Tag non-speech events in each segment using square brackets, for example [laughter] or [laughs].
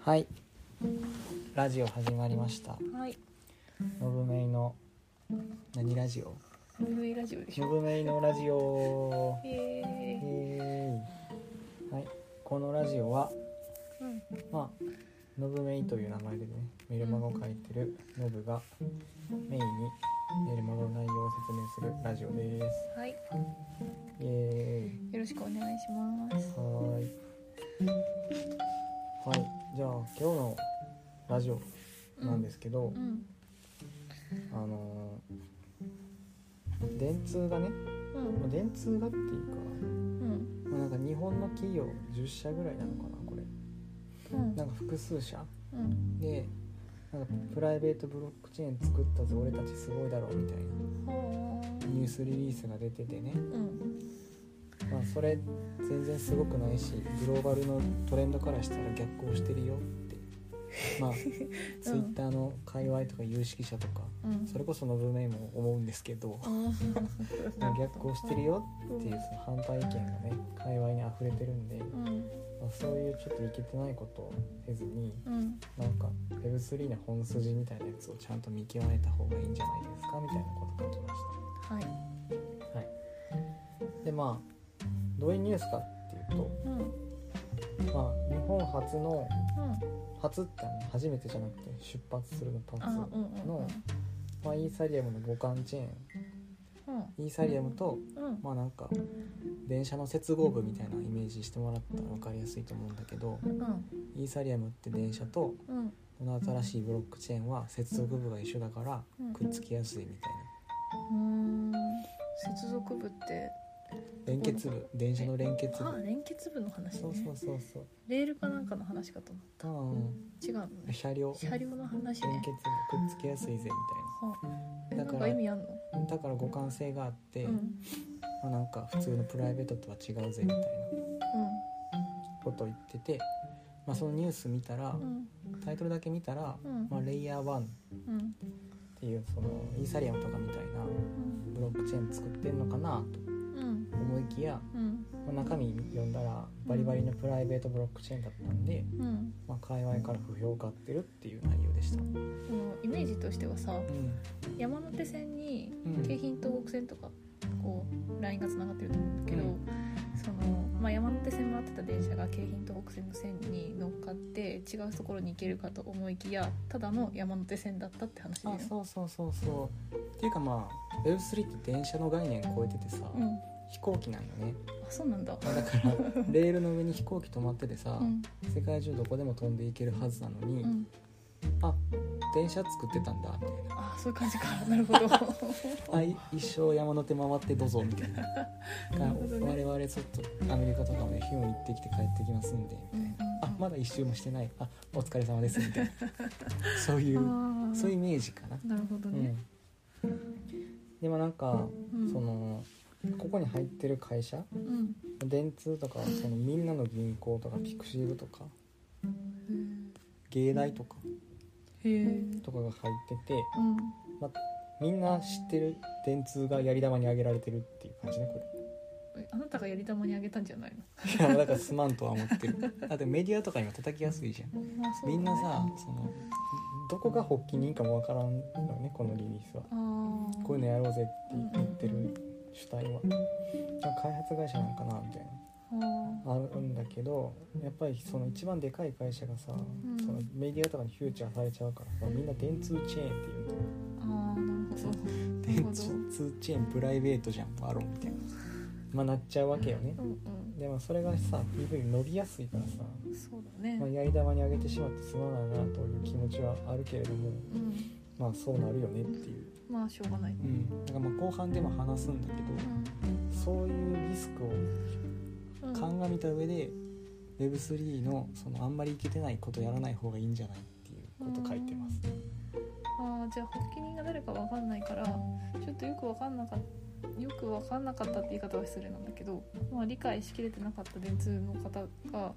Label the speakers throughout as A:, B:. A: はい。ラジオ始まりました。
B: はい。
A: のぶめいの。何ラジオ。
B: ブルーイラジオでし
A: の
B: ょ。
A: ぶめいのラジオ。
B: え
A: イ
B: え
A: エーイはい。このラジオは。
B: うん。
A: まあ。のぶめいという名前でね、メルマガを書いてるのぶが。メインに。メルマガの内容を説明するラジオです。
B: はい。
A: イエーイ。
B: よろしくお願いします。。
A: はーい。はい。じゃあ、今日の。ラジオ。なんですすけど。
B: うん。
A: あのー電通がね、
B: う
A: まあ
B: ん。
A: 電通がっていうか、
B: うん。
A: まあ、なんか日本の企業10社ぐらいなのかなこれ
B: うん。
A: なんか複数社
B: うん。
A: でなんかプライベートブロックチェーン作ったぞ俺たちすごいだろうみたいな
B: ほ
A: ニュースリリースが出ててね、
B: う。うん。
A: まあ、それ全然すごくないしグローバルのトレンドからしたら逆行してるよってまあツイッターの界隈とか有識者とか
B: うん。
A: それこその文明も思うんですけど
B: うん。
A: 逆行してるよっていうその反対意見がね界隈に溢れてるんで、
B: うん。
A: まあ、そういうちょっといけてないことをせずに
B: うん。
A: なんか Web3 の本筋みたいなやつをちゃんと見極めた方がいいんじゃないですかみたいなこと書きまし
B: はい。
A: た。はい、でまあどういうニュースかっていう
B: うん。うん。
A: と、まあ、日本初の初ってあの初めてじゃなくて出発するのパ
B: あ、
A: ー
B: うん。うん。
A: の、まあ、イーサリアムの互換チェーン
B: うん。
A: イーサリアムと
B: うん。
A: まあなんか電車の接合部みたいなイメージしてもらったら分かりやすいと思うんだけど
B: うん。
A: イーサリアムって電車と
B: うん。
A: この新しいブロックチェーンは接続部が一緒だから
B: うん
A: くっつきやすいみたい
B: うん。接続部って。
A: な連結部電車の連結
B: あ、
A: 部
B: 連結部の話
A: そうそ
B: ね
A: う。そうそう
B: レールかなんかの話かと
A: 多
B: 思
A: 分
B: う。違うのね。
A: 車両連結
B: 車両の話
A: 部
B: ね。
A: くっつきやすいぜみ
B: はあ。え、
A: だか
B: な
A: ら
B: んか意味あんの？
A: たいなだから互換性があって、
B: うん。
A: まあ、なんか普通のプライベートとは違うぜみたいなことを言ってて、まあ、そのニュース見たら
B: うん。うん。
A: タイトルだけ見たら、
B: うん
A: まあ、レイヤー1っ
B: うん。
A: ていうそのイーサリアムとかみたいな
B: うん
A: ブロックチェーン作ってんのかなと
B: うん
A: 思いきや、
B: うん
A: まあ中身読んだらバリバリのプライベートブロックチェーンだったんで、
B: うん
A: まあ、界隈から不評を買ってるっていう内容でした。うん
B: このイメージとしてはさ山手線に
A: うん
B: 京浜東北線とかこうラインがつながってると思うんだけど、
A: うん
B: そのまあ、山手線回ってた電車が京浜東北線の線に乗っかって違うところに行けるかと思いきやただの山手線だったって話だよ
A: あそうそうそうそうっていうかまあ Web3 って電車の概念超えててさ、
B: うん、あ
A: 飛行機なんよね
B: そうなんだ、
A: まあだ
B: [laughs]
A: からレールの上に飛行機止まっててさ、
B: うん
A: 世界中どこでも飛んでいけるはずなのに、
B: うん、
A: あ電車作ってたんだみたいな
B: あそういう感じかなるほど
A: あい一生山手回ってどうぞみたいな
B: [laughs] なるほど
A: 我
B: ね
A: 々ちょっとアメリカとかもね日本行ってきて帰ってきますんでみたいな、
B: うんうんうん
A: あまだ一周もしてないあお疲れ様ですみたい
B: [laughs]
A: なそう
B: あ
A: いう
B: ー
A: そういうイメージかな、
B: なるほど
A: う
B: ね、
A: ん、でもなんか、
B: うん
A: そのここに入ってる会社
B: うん
A: 電通とかそのみんなの銀行とかピクシブとか
B: うん
A: 芸大とか
B: へえ
A: とかが入ってて
B: うん
A: みんな知ってる電通がやり玉に挙げられてるっていう感じねこれ。
B: えあなたがやり玉にあげたんじゃないの
A: いやだからすまんとは思ってるだってメディアとかにも叩きやすいじゃん
B: まあそうだね
A: みんなさそのどこが発起人かもわからんのねこのリリースは
B: あー
A: こういうのやろうぜって言ってる主体は開発会社なんかなみたいなあるんだけどやっぱりその一番でかい会社がさ、
B: ん
A: そのメディアとかにフューチャーされちゃうからさみんな電通チェーンっていう
B: あーあーなるほどなる
A: 電
B: ほど
A: 通チェーンプライベートじゃんあろうみたいなまあなっちゃうわけよね
B: うん
A: でもそれがさ PV 伸びやすいからさ
B: うんそうだね、
A: まあ、やり玉にあげてしまってすまないなという気持ちはあるけれども
B: うん
A: まあそうなるよねっていう、
B: まあしょうがないね
A: だからまあ後半でも話すんだけどそういうリスクを
B: うんうん
A: 鑑みた上で Web3 のそのあんまりいけてないことやらない方がいいんじゃないっていうこと書いてます。
B: あーじゃあ発起人が誰かわかんないからちょっとよくわかんなかったよくわかんなかったって言い方は失礼なんだけど、まあ、理解しきれてなかった電通の方が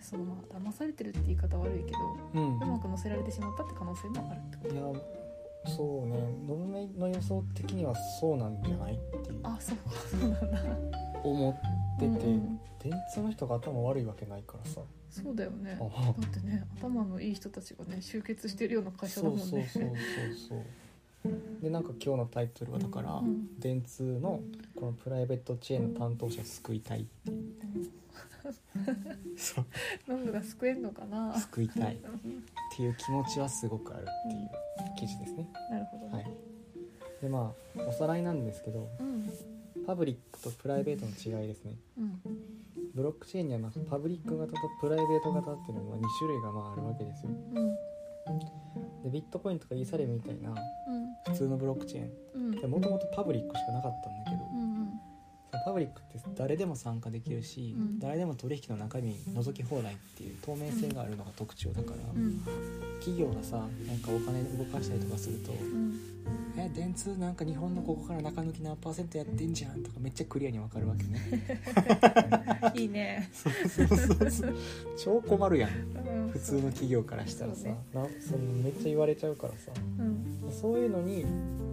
B: そのまあ騙されてるって言い方は悪いけ
A: う
B: ど
A: ん
B: うまく乗せられてしまったって可能性もあるってこと
A: いやそうねノルメの予想的にはそうなんじゃないっていう
B: あそうそうなんだ
A: 思ってて、
B: うんうん
A: 電通の人が頭悪いわけないからさ
B: そうだよねだ
A: あ
B: ってね頭のいい人たちがね集結してるような会社だ
A: そ
B: もん
A: う
B: ね
A: そうそうそうそうでなんか今日のタイトルはだから、
B: うん
A: 電通のこのプライベートチェーンの担当者を救いたいっていう
B: [laughs]
A: そう
B: ノブが救えんのかな
A: 救いたいっ
B: うん
A: ていう気持ちはすごくあるっていう記事ですね
B: なるほどね、
A: はいでまあおさらいなんですけど
B: うん
A: パブリックとプライベートの違いですね
B: うん
A: ブロックチェーンにはまあパブリック型とプライベート型っていうのは2種類がまああるわけですよ
B: うん
A: でビットコインとかイーサレムみたいな普
B: うん
A: 通のブロックチェーン
B: うんうん
A: もともとパブリックしかなかったんだけど
B: うん
A: そのパブリックって誰でも参加できるし、
B: うん
A: 誰でも取引の中身覗き放題っていう透明性があるのが特徴だから、
B: うん
A: 企業がさなんかお金動かしたりとかすると
B: うん
A: 「え電通なんか日本のここから中抜き何パーセントやってんじゃん」とかめっちゃクリアにわかるわけ
B: [laughs]
A: ね
B: いいね
A: そうそうそうそう超困るやん
B: うん
A: 普通の企業からしたらさ
B: そうね
A: なそのめっちゃ言われちゃうからさ
B: うん
A: そういうのに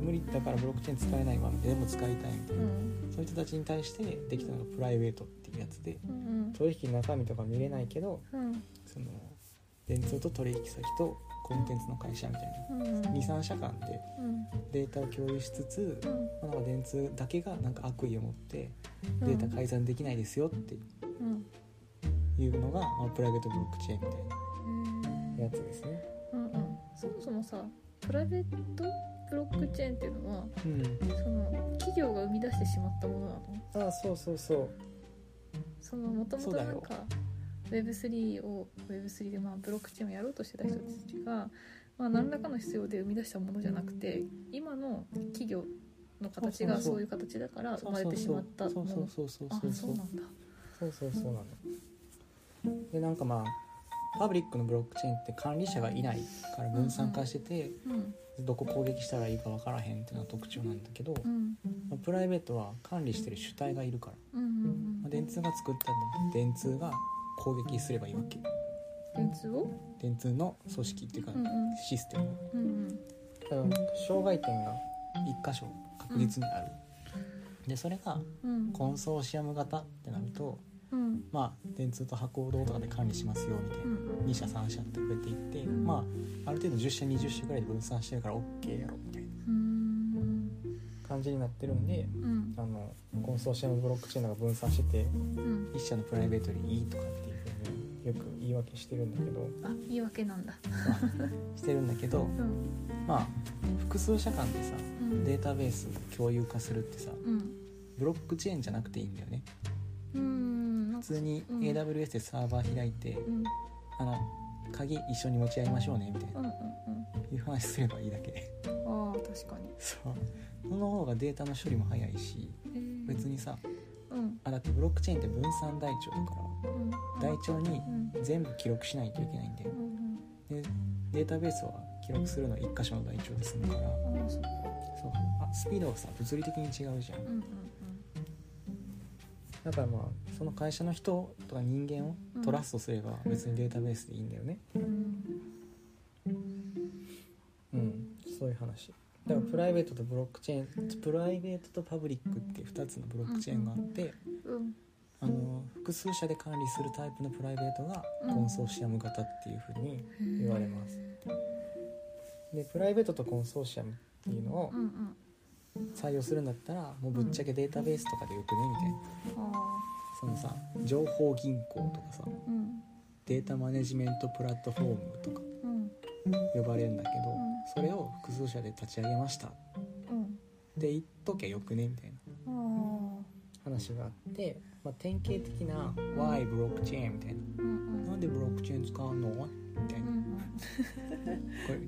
A: 無理だからブロックチェーン使えないわでも使いたいみたい
B: うん
A: なそういう人たちに対してできたのがプライベートっていうやつで
B: うん
A: 取引の中身とか見れないけど
B: うん
A: その電通と取引先とコンテンツの会社みたいな
B: うんうん
A: 23社間で
B: うん
A: データを共有しつつ、
B: うん
A: まあなんか電通だけがなんか悪意を持って
B: うん
A: データ改ざんできないですよって
B: うん
A: いうのが、まあ、プライベートブロックチェーンみたい
B: へ
A: な
B: ー
A: やつですね。
B: うんうんそもそもさプライベートブロックチェーンっていうのは
A: うん、
B: その企業が生み出してしまったものなの
A: ああそうそうそう
B: そのもとも
A: そ
B: と
A: うだ
B: な
A: よ
B: んか Web3 を Web3 でまあブロックチェーンをやろうとしてた人たちが、まあ、何らかの必要で生み出したものじゃなくて今の企業の形が
A: そうそうそう
B: そういう形だから生まれてしまった
A: そ
B: も
A: うそう
B: の
A: そうそう
B: あ
A: そう
B: そ
A: そうう
B: なんだ
A: そうそうそうなのでなんかまあパブリックのブロックチェーンって管理者がいないから分散化してて、
B: うん
A: どこ攻撃したらいいか分からへんっていうのは特徴なんだけど、
B: うん
A: まあプライベートは管理してる主体がいるから、
B: うんう
A: まあ、
B: ん
A: 電通が作ったんだ電通が攻撃すればいいわけ
B: 電通を
A: 電通の組織っていうか
B: うんうん
A: システム、
B: うん
A: だから障害点が1箇所確実にある、でそれが
B: うん
A: コンソーシアム型ってなると、
B: うん
A: まあ、電通と博報堂とかで管理しますよみたいな、
B: うん
A: 2社3社って増えていって、
B: うん
A: まあ、ある程度10社20社ぐらいで分散してるから OK やろみたいな
B: うん
A: 感じになってるんで
B: うん
A: あのコンソーシアムブロックチェーンが分散してて
B: うん
A: 1社のプライベートにいいとかっていうふうによく言い訳してるんだけど
B: あ言い訳なんだ
A: してるんだけど
B: うん
A: まあ複数社間でさ
B: うん
A: データベース共有化するってさ
B: うん
A: ブロックチェーンじゃなくていいんだよね
B: うんなん
A: 普
B: か
A: 通に
B: うん
A: AWS でサーバー開いて
B: うん
A: あの鍵一緒に持ち合いましょうねみたいな
B: うんうん
A: いう話すればいいだけ [laughs]
B: うんああ確かに
A: そうその方がデータの処理も早いし
B: えー
A: 別にさ
B: うん
A: あだってブロックチェーンって分散台帳だか
B: うん
A: ら台帳に
B: うん
A: 全部記録しないといけないんだよ
B: うん
A: でデータベースは記録するのは1箇所の台帳で済むから
B: うんああそっか
A: そうあスピードがさ物理的に違うじゃ
B: うんん
A: だからまあその会社の人とか人間をトラストすれば別にデータベースでいいんだよね
B: うんうん
A: うん、そういう話だからプライベートとブロックチェーンプライベートとパブリックって2つのブロックチェーンがあって、
B: うん
A: あの複数社で管理するタイプのプライベートが
B: うん
A: コンソーシアム型っていうふうに
B: うん
A: 言われますでプライベートとコンソーシアムっていうのを
B: うんうん
A: 採用するんだったらもうぶっちゃけデータベースとかでよくねみたいな
B: あ
A: そのさ情報銀行とかさ
B: あうん
A: データマネジメントプラットフォームとか
B: うん
A: 呼ばれるんだけど、
B: うん
A: それを複数社で立ち上げましたっ
B: うん
A: て言っときゃよくねみたいな
B: ああ
A: 話があって、まあ、典型的な「Why ブロックチェーン」みたいな
B: うんう
A: 「
B: ん
A: なんでブロックチェーン使うの?」みたいな
B: う。ん
A: こ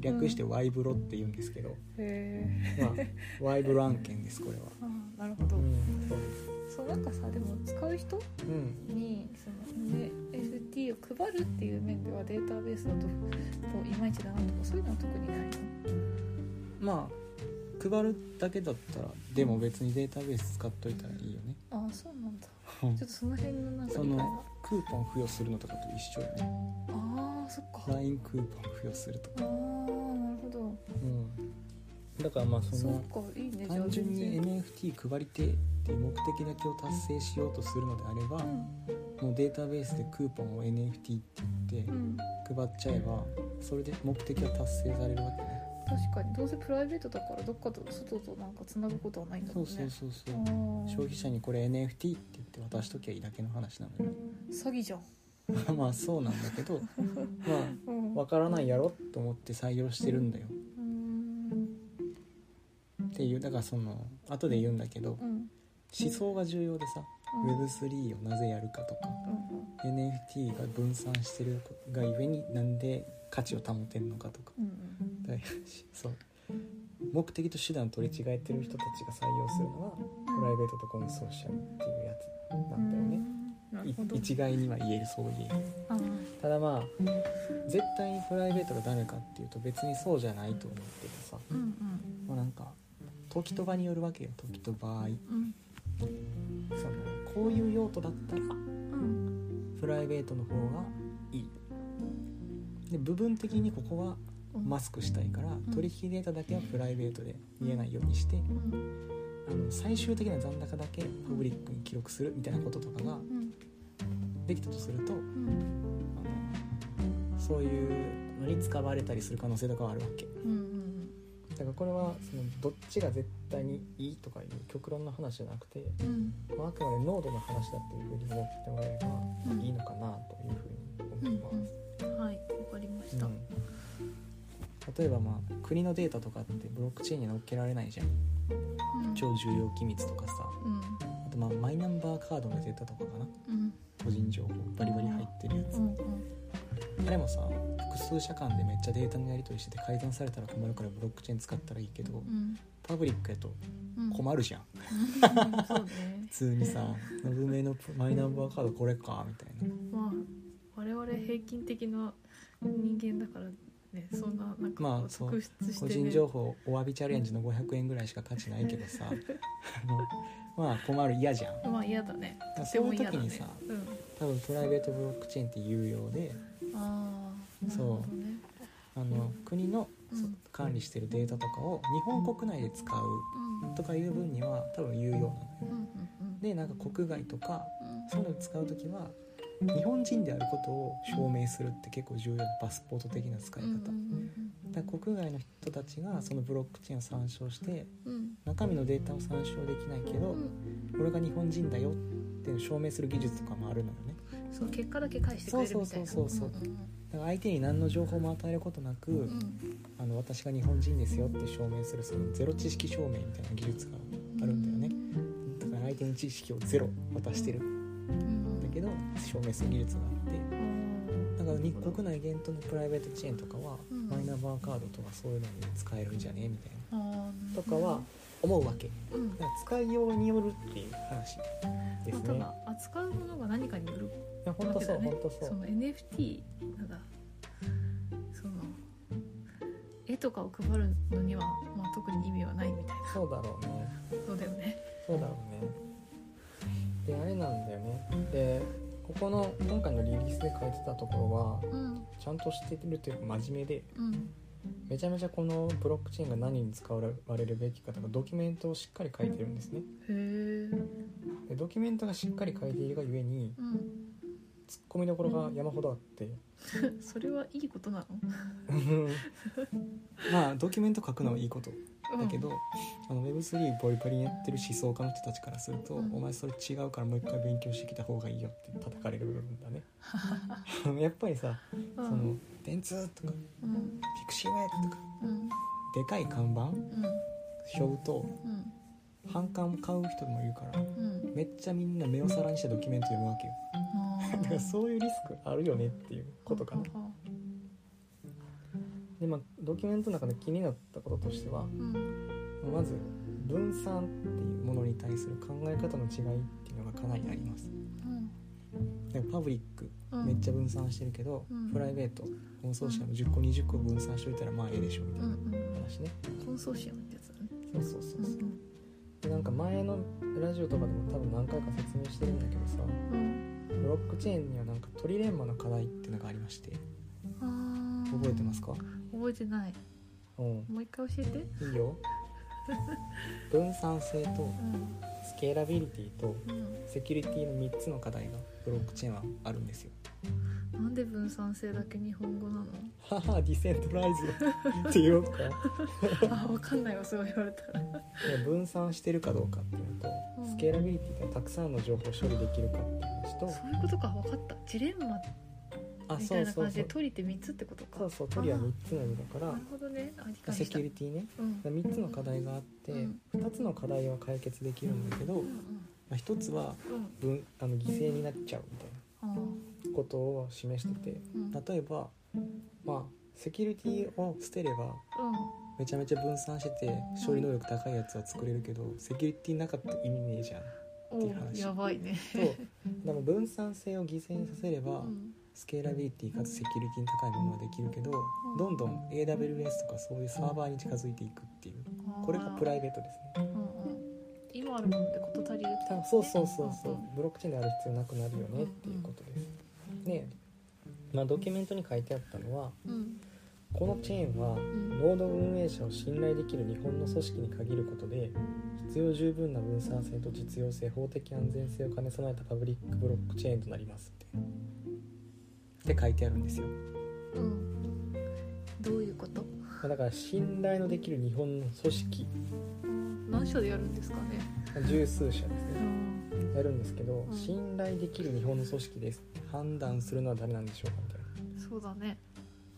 A: れ略して Y ブロって言うんですけど、
B: へえ [laughs]
A: まあ Y ブロ案件ですこれは。
B: ああなるほど
A: うん、そうです。
B: そうなんかさでも使う人
A: うん、
B: にその NFT を配るっていう面ではデータベースだとといまいちだなとかそういうのは特にないの
A: まあ配るだけだったらでも別にデータベース使っといたらいいよ
B: [laughs]
A: ね。
B: ああそうなんだちょっとその辺のなんか
A: そ
B: 理解が
A: のクーポン付与するのとかと一緒よね。
B: ああそっか
A: LINE クーポン付与するとか。
B: ああなるほど
A: うん。だからまあそ
B: そ
A: の
B: っかいいねじゃあ
A: 単純に
B: 全然
A: NFT 配りてっていう目的だけを達成しようとするのであれば、
B: うん
A: のデータベースでクーポンを NFT って言って
B: うん
A: 配っちゃえばそれで目的は達成されるわけね
B: 確かにどうせプライベートだからどっかと外となんかつなぐことはないんだ
A: そ
B: もん
A: う
B: ね
A: そうそうそう
B: あー
A: 消費者にこれ NFT って言って渡しときゃいいだけの話なの
B: 詐欺じゃん、
A: に [laughs] まあそうなんだけ
B: [laughs]
A: どま
B: う
A: あ
B: ん、
A: 分からないやろと思って採用してるんだよ
B: うーん
A: っていうだからその後で言うんだけど
B: うんうん
A: 思想が重要でさ
B: うん
A: Web3 をなぜやるかとか NFT が分散してるがゆえになんで価値を保てるのかとか
B: うん
A: だいそう目的と手段を取り違えてる人たちが採用するのはプライベートとコンソーシアムっていうやつなんだよね
B: うんなる
A: い
B: ほど
A: 一概には言えるそう言える
B: あー
A: ただまあ絶対にプライベートがダメかっていうと別にそうじゃないと思っててさ
B: うん
A: もうなんか時と場によるわけよ時と場合
B: うん
A: そのこういう用途だったら
B: うん
A: プライベートの方がいいで部分的にここは
B: うん
A: マスクしたいから
B: ん
A: 取引データだけはプライベートで見えないようにして
B: うん
A: あの最終的な残高だけパブリックに記録するみたいなこととかが
B: うん
A: できたとすると
B: うん
A: あのそういうのに使われたりする可能性とかはあるわけ
B: うんうん
A: だからこれはそのどっちが絶対にいいとかいう極論の話じゃなくて、
B: うん
A: まあ、あくまで濃度の話だっていうふうに思ってもらえればいいのかなというふうに思います。
B: うんはいわかりまし
A: う
B: た、
A: ん例えばまあ国のデータとかってブロックチェーンに載っけられないじゃん
B: うん
A: 超重要機密とかさ
B: うん
A: あとまあマイナンバーカードのデータとかかな
B: うん
A: 個人情報バリバリ入ってるや
B: う
A: つ
B: んうん
A: あれもさ複数社間でめっちゃデータのやり取りしてて改ざんされたら困るからブロックチェーン使ったらいいけど
B: うん
A: パブリックやと
B: うん
A: 困るじゃん
B: うんそうね
A: 普通にさ「文明のマイナンバーカードこれか」みたいな
B: まあ我々平均的な人間だからねそんななんか
A: まあ
B: こう
A: そう
B: 特筆して、
A: 個
B: ね、
A: 人情報お詫びチャレンジの500円ぐらいしか価値ないけど
B: [laughs]
A: さあのまあ困る嫌じゃん
B: まあ嫌だね
A: まあ
B: とても嫌だ
A: そうい
B: ね
A: う時にさ
B: うん
A: 多分プライベートブロックチェーンって有用で
B: ああなるほどね
A: あの国の
B: うん
A: そ管理してるデータとかを日本国内で使う
B: うんうん
A: とかいう分には多分有用なのよ
B: うん
A: でなんか国外とか
B: うん
A: そういうのを使う時は日本人であることを証明するって結構重要なパスポート的な使い方
B: うんうん
A: だから国外の人たちがそのブロックチェーンを参照して
B: うん
A: 中身のデータを参照できないけど
B: うん
A: 俺が日本人だよっていうのを証明する技術とかもあるのよね
B: そう結果だけ返してくれるみたいな
A: そうそうそうそう
B: うん
A: だから相手に何の情報も与えることなく、
B: うん
A: あの私が日本人ですよって証明するそのゼロ知識証明みたいな技術が
B: うん
A: あるんだよねだから相手に知識をゼロ渡してるん
B: うん
A: だけど証明する技術があって
B: あー
A: だから日国内限定のプライベートチェーンとかは
B: うん
A: マイナンバーカードとかそういうのに使えるんじゃねみたい
B: あー
A: なとかは思うわけ
B: うん
A: だから使いようによるっていう話です
B: まあた
A: ね
B: だ扱うものが何かによる
A: いや本当そう
B: わけだ
A: 本
B: ね
A: 当そ
B: そうの NFT なんだその絵とかを配るのには、まあ、特に意味はないみたい
A: そうだろうね
B: なそうだよね
A: そうだろうねであれなんだよねでここの今回のリリースで書いてたところは
B: うん
A: ちゃんとしてるというか真面目で
B: うん
A: めちゃめちゃこのブロックチェーンが何に使われるべきかとかドキュメントをしっかり書いてるんですね
B: へえ
A: でドキュメントがしっかり書いているがゆえに
B: うん
A: ツッコミどころが山ほどあって
B: それはいいことなの
A: [laughs] まあドキュメント書くのはいいこと
B: うん
A: だけど、あの Web3 ボリバリやってる思想家の人たちからすると、
B: うん
A: お前それ違うからもう一回勉強してきた方がいいよって叩かれる部分だね [laughs] やっぱりさ「
B: う
A: そ
B: ん
A: の電通」とか
B: うん
A: 「ピクシーウェイ」とか
B: うん
A: でかい看板
B: うん
A: 背負うと
B: うん
A: 反感を買う人もいるから
B: うん
A: めっちゃみんな目を皿にしてドキュメント読むわけよ [laughs]
B: あー
A: だからそういうリスクあるよねっていうことかなでまあドキュメントの中で気になったこととしては
B: うん
A: まず分散っていうものに対する考え方の違いっていうのがかなりあります
B: うん
A: だからパブリック
B: うん
A: めっちゃ分散してるけど、
B: うん
A: プライベートコンソーシアム10個20個分散しといたらまあええでしょみた
B: う
A: い
B: んう
A: なん話ね、
B: コンソーシアムってやつだね
A: そうそうそううんそうでなんか前のラジオとかでも多分何回か説明してるんだけどさ
B: うん
A: ブロックチェーンにはなんかトリレンマの課題っていうのがありまして
B: うんあー
A: 覚えてますか
B: 覚えてない
A: うん
B: もう一回教えて
A: いいよ分散性と
B: うん
A: スケーラビリティと
B: うん、
A: セキュリティの3つの課題がブロックチェーンはあるんですよ。
B: なんで分散性だけ日本語な
A: [laughs]
B: の
A: ははディセントライズっていうかい
B: あわかんないわそう言われたら
A: や分散してるかどうかっていうのと、
B: うん
A: スケーラビリティがたくさんの情報を処理できるかっていう話と
B: そういうことかわかったジレンマ
A: あ
B: み
A: そ
B: たいうな
A: そう
B: 感じ
A: そ
B: で
A: う
B: 取りって3つってことか
A: そうそうトリは3つの意味だか
B: なる
A: ら
B: ほどねあ理解
A: セ
B: し
A: キ
B: た
A: ュリティね
B: うんうん
A: 3つの課題があって、
B: うん
A: 2つの課題は解決できるんだけど、まあ、1つは
B: うんうん
A: 分あの犠牲になっちゃうみたい
B: あー
A: なことを示してて
B: うん
A: 例えばまあセキュリティを捨てれば
B: う
A: めちゃめちゃ分散してて処理能力高いやつは作れるけどセキュリティなかったら意味ねえじゃん
B: ん
A: っていう話
B: おやばいね
A: とでも分散性を犠牲にさせれ
B: う
A: ば
B: ん
A: スケーラビリティかつセキュリティの高いものができるけどどんどん AWS とかそういうサーバーに近づいていくっていうこれがプライベートですね
B: あーうんうん今あるものでこと足りるってこと
A: た
B: ね
A: そうそうそうそうんブロックチェーンである必要なくなるよねっていうことですで、まあ、ドキュメントに書いてあったのは
B: うん
A: このチェーンは
B: ん
A: ノード運営者を信頼できる日本の組織に限ることで必要十分な分散性と実用性法的安全性を兼ね備えたパブリックブロックチェーンとなりますってって書いてあるんですよ
B: うんどういうこと
A: まあだから信頼のできる日本の組織
B: 何社でやるんですかね
A: 十数社です
B: う
A: ね
B: ん
A: やるんですけど
B: うん
A: 信頼できる日本の組織ですって判断するのは誰なんでしょうかみたいな
B: そうだね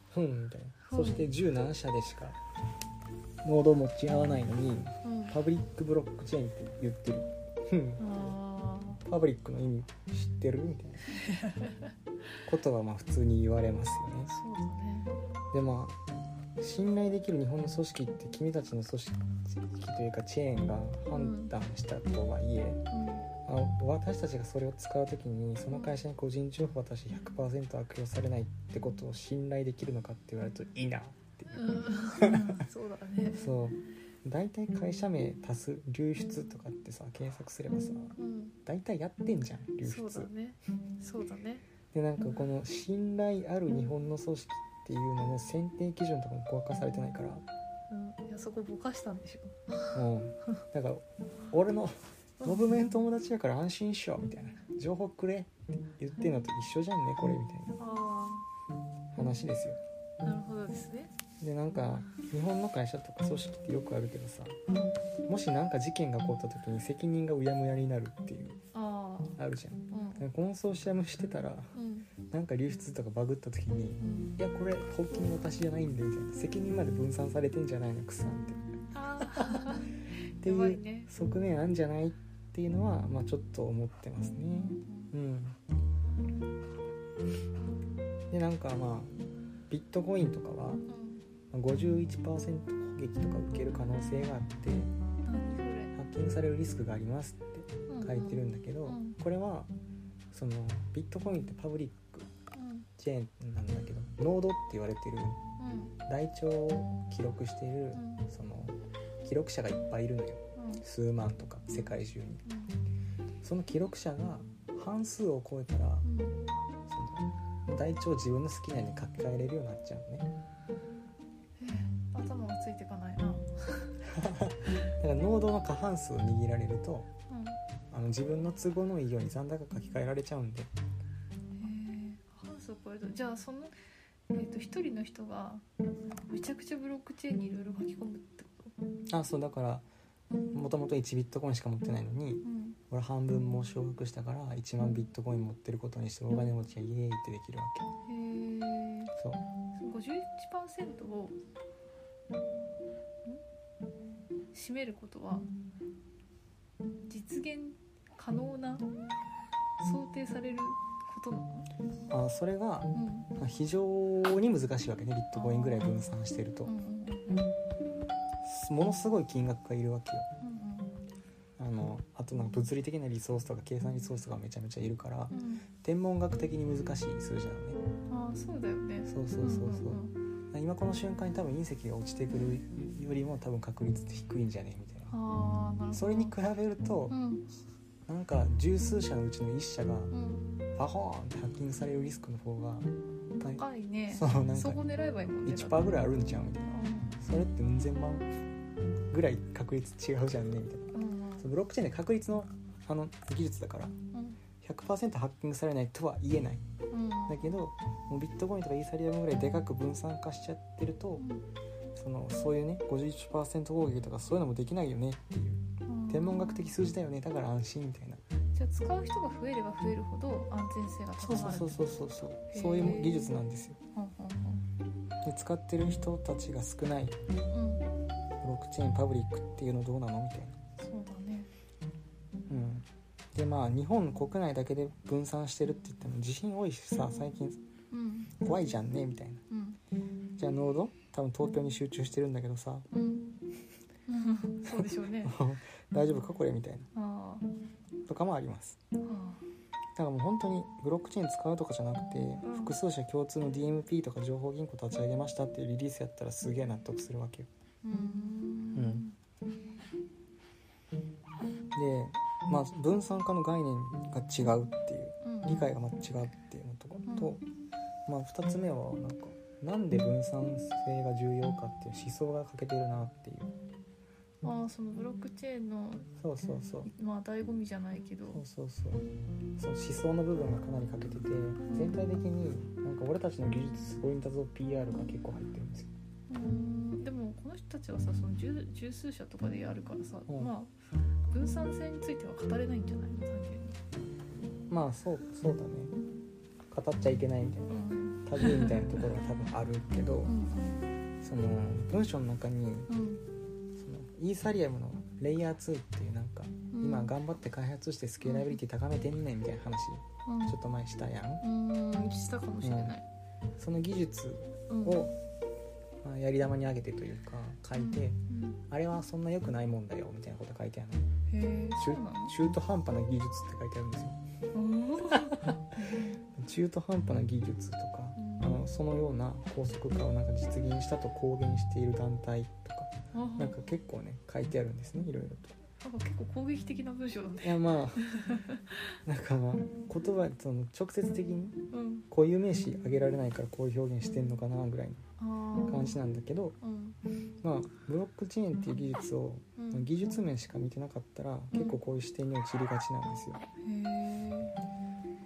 A: ふんみたいな
B: ふ
A: そ
B: ん
A: して十何社でしかノードを持ち合わないのに
B: うんあ
A: パブリックブロックチェーンって言ってるふん
B: ー
A: パブリックの意味知ってるみたいなことはまあ普通に言われますよね
B: そうだね
A: でまあ信頼できる日本の組織って君たちの組織というかチェーンが判断したとはいえ、あの私たちがそれを使う時にその会社に個人情報を渡して100%悪用されないってことを信頼できるのかって言われるといいなっていう
B: う、ん、うん、そうだね
A: そう大体会社名足す流出とかってさ検索すればさ
B: うん
A: 大体やってんじゃん流出
B: そうだねそうだね
A: でなんかこの信頼ある日本の組織っていうのの選定基準とかも公開されてないから、
B: うんいやそこぼかしたんでしょ
A: うん、だから俺
B: [laughs]
A: のノブメン友達やから安心しようみたいな情報くれって言ってんのと一緒じゃんねこれみたいな
B: あ
A: 話ですよ
B: あなるほどですね
A: でなんか日本の会社とか組織ってよくあるけどさもし何か事件が起こった時に責任がうやむやになるっていう
B: ああ
A: あるじゃん
B: うん
A: だからこのソーシャムしてたら
B: うん
A: なんか流出とかバグった時に
B: うん
A: いやこれ本当に私じゃないんでみたいな責任まで分散されてんじゃないのくさんって
B: ああ
A: って
B: やば
A: い
B: いうね
A: 側面あんじゃないっていうのは、まあ、ちょっと思ってますねうんでなんかまあビットコインとかは
B: うん
A: まあ51%攻撃とか受ける可能性があって
B: 何これ
A: ハッキングされるリスクがありますって書いてるんだけど
B: うん
A: これはそのビットコインってパブリック
B: うん
A: チェーンなんだけどノードって言われてる
B: うん
A: 台帳を記録している
B: うん
A: その記録者がいっぱいいるのよ
B: うん
A: 数万とか世界中に
B: う
A: その記録者が半数を超えたら
B: んうん
A: その台帳を自分の好きなように書き換えれるようになっちゃうのね
B: 頭がついていかないな。う
A: だ
B: ん。
A: からノードの過半数を握られるとあの自分の都合のいいように残高書き換えられちゃうんで
B: ええー、半数を超えると、じゃあそのえっ、と一人の人がめちゃくちゃブロックチェーンにいろいろ書き込むってこと。
A: あそうだからもともと1ビットコインしか持ってないのに
B: うん。
A: 俺半分もう昇格したから1万ビットコイン持ってることにして大金持ちがイエーイってできるわ
B: ええ
A: けそう
B: ー、その五十一パーセントをん占めることは実現可能な想定されることなの？
A: あそれが
B: うん。
A: まあ非常に難しいわけねビットコインぐらい分散してると
B: うんうん
A: ものすごい金額がいるわけよ
B: うん
A: あのあとなんか物理的なリソースとか計算リソースがめちゃめちゃいるから
B: うんうん。
A: 天文学的に難しい数字なのね
B: ああそうだよね。
A: そうそうそうそうん
B: んん
A: 今この瞬間に多分隕石が落ちてくるよりも多分確率って低いんじゃねみたいな
B: ああなるほど
A: それに比べると
B: うん
A: なんか十数社のうちの1社が
B: うん
A: パホーンってハッキングされるリスクの方が大
B: 高いね
A: そうなんか
B: そこ狙えばいいもんね
A: 1%ぐらいあるんちゃうみたいな
B: う
A: それってうん千万ぐらい確率違うじゃんねみたいなん
B: うんうん
A: そブロックチェーンで確率のあの技術だから
B: うん
A: 100%ハッキングされないとは言えない
B: うん
A: だけどもうビットコインとかイーサリアムぐらいでかく分散化しちゃってるとそのそういうね51%攻撃とかそういうのもできないよねっていう
B: うん
A: 天文学的数字だよねだから安心みたいな
B: じゃあ使う人が増えれば増えるほど安全性が高
A: そう
B: ま
A: そう
B: る
A: そうそうそうそうそう
B: へ
A: いう
B: ー
A: 技術なんですよ
B: うんうん
A: で使ってる人たちが少ないブ
B: うんうん
A: ロックチェーンパブリックっていうのどうなのみたいな
B: そうだね
A: うんでまあ日本国内だけで分散してるって言っても地震多いしさ最近
B: うん
A: 怖いじゃんねみたいな
B: うん
A: じゃあノード多分東京に集中してるんだけどさ
B: うんうんそうでしょうね
A: [laughs] 大丈夫かこれみたいな
B: ああ
A: とかもあります
B: ああ
A: だからもう本当にブロックチェーン使うとかじゃなくて
B: ん
A: 複数社共通の DMP とか情報銀行立ち上げましたっていうリリースやったらすげえ納得するわけよ
B: うーん
A: でまあ分散化の概念が違うっていう
B: うん
A: 理解がまあ違うっていうのとかと、まあ、2つ目はなんかなんで分散性が重要かっていう思想が欠けてるなっていう
B: ああそのブロックチェーンの
A: そうそうそう
B: まあ醍醐味じゃないけど
A: そうそうそうその思想の部分がかなり欠けてて全体的になんか俺たちの技術すごいんだぞ PR が結構入ってるんですよ
B: うーんでもこの人たちはさその十十数社とかでやるからさ、
A: うん
B: まあ分散性については語れないんじゃないの単純に、
A: まあそうそうだね語っちゃいけないみたい
B: うん
A: なタブーみたいなところが多分あるけど
B: うん
A: その文章の中に
B: うん
A: そのイーサリアムのレイヤー2っていうなんか
B: うん、
A: 今頑張って開発してスケーラビリティ高めてんねんみたいな話
B: うん
A: ちょっと前したやん
B: うんしたかもしれない、
A: その技術
B: うん
A: を、まあやり玉に上げてというか書いて、
B: うん
A: あれはそんな良くないもんだよみたいなこと書いてあるの
B: へえそうなの
A: 中中途半端な技術って書いてあるんですよ中途半端な技術とか、
B: うん
A: あのそのような高速化をなんか実現したと公言している団体とか
B: おー
A: なんか結構ね書いてあるんですねいろいろと
B: なんか結構攻撃的な文章だね
A: いやまあ [laughs] なんかまあ言葉その直接的に
B: うん
A: こういう名詞あげられないからこういう表現してんのかなぐらい
B: あ
A: の
B: ー
A: 感じなんだけど
B: うん
A: まあブロックチェーンっていう技術を
B: うん
A: 技術面しか見てなかったら
B: うん
A: 結構こういう視点に陥りがちなんですよ
B: へ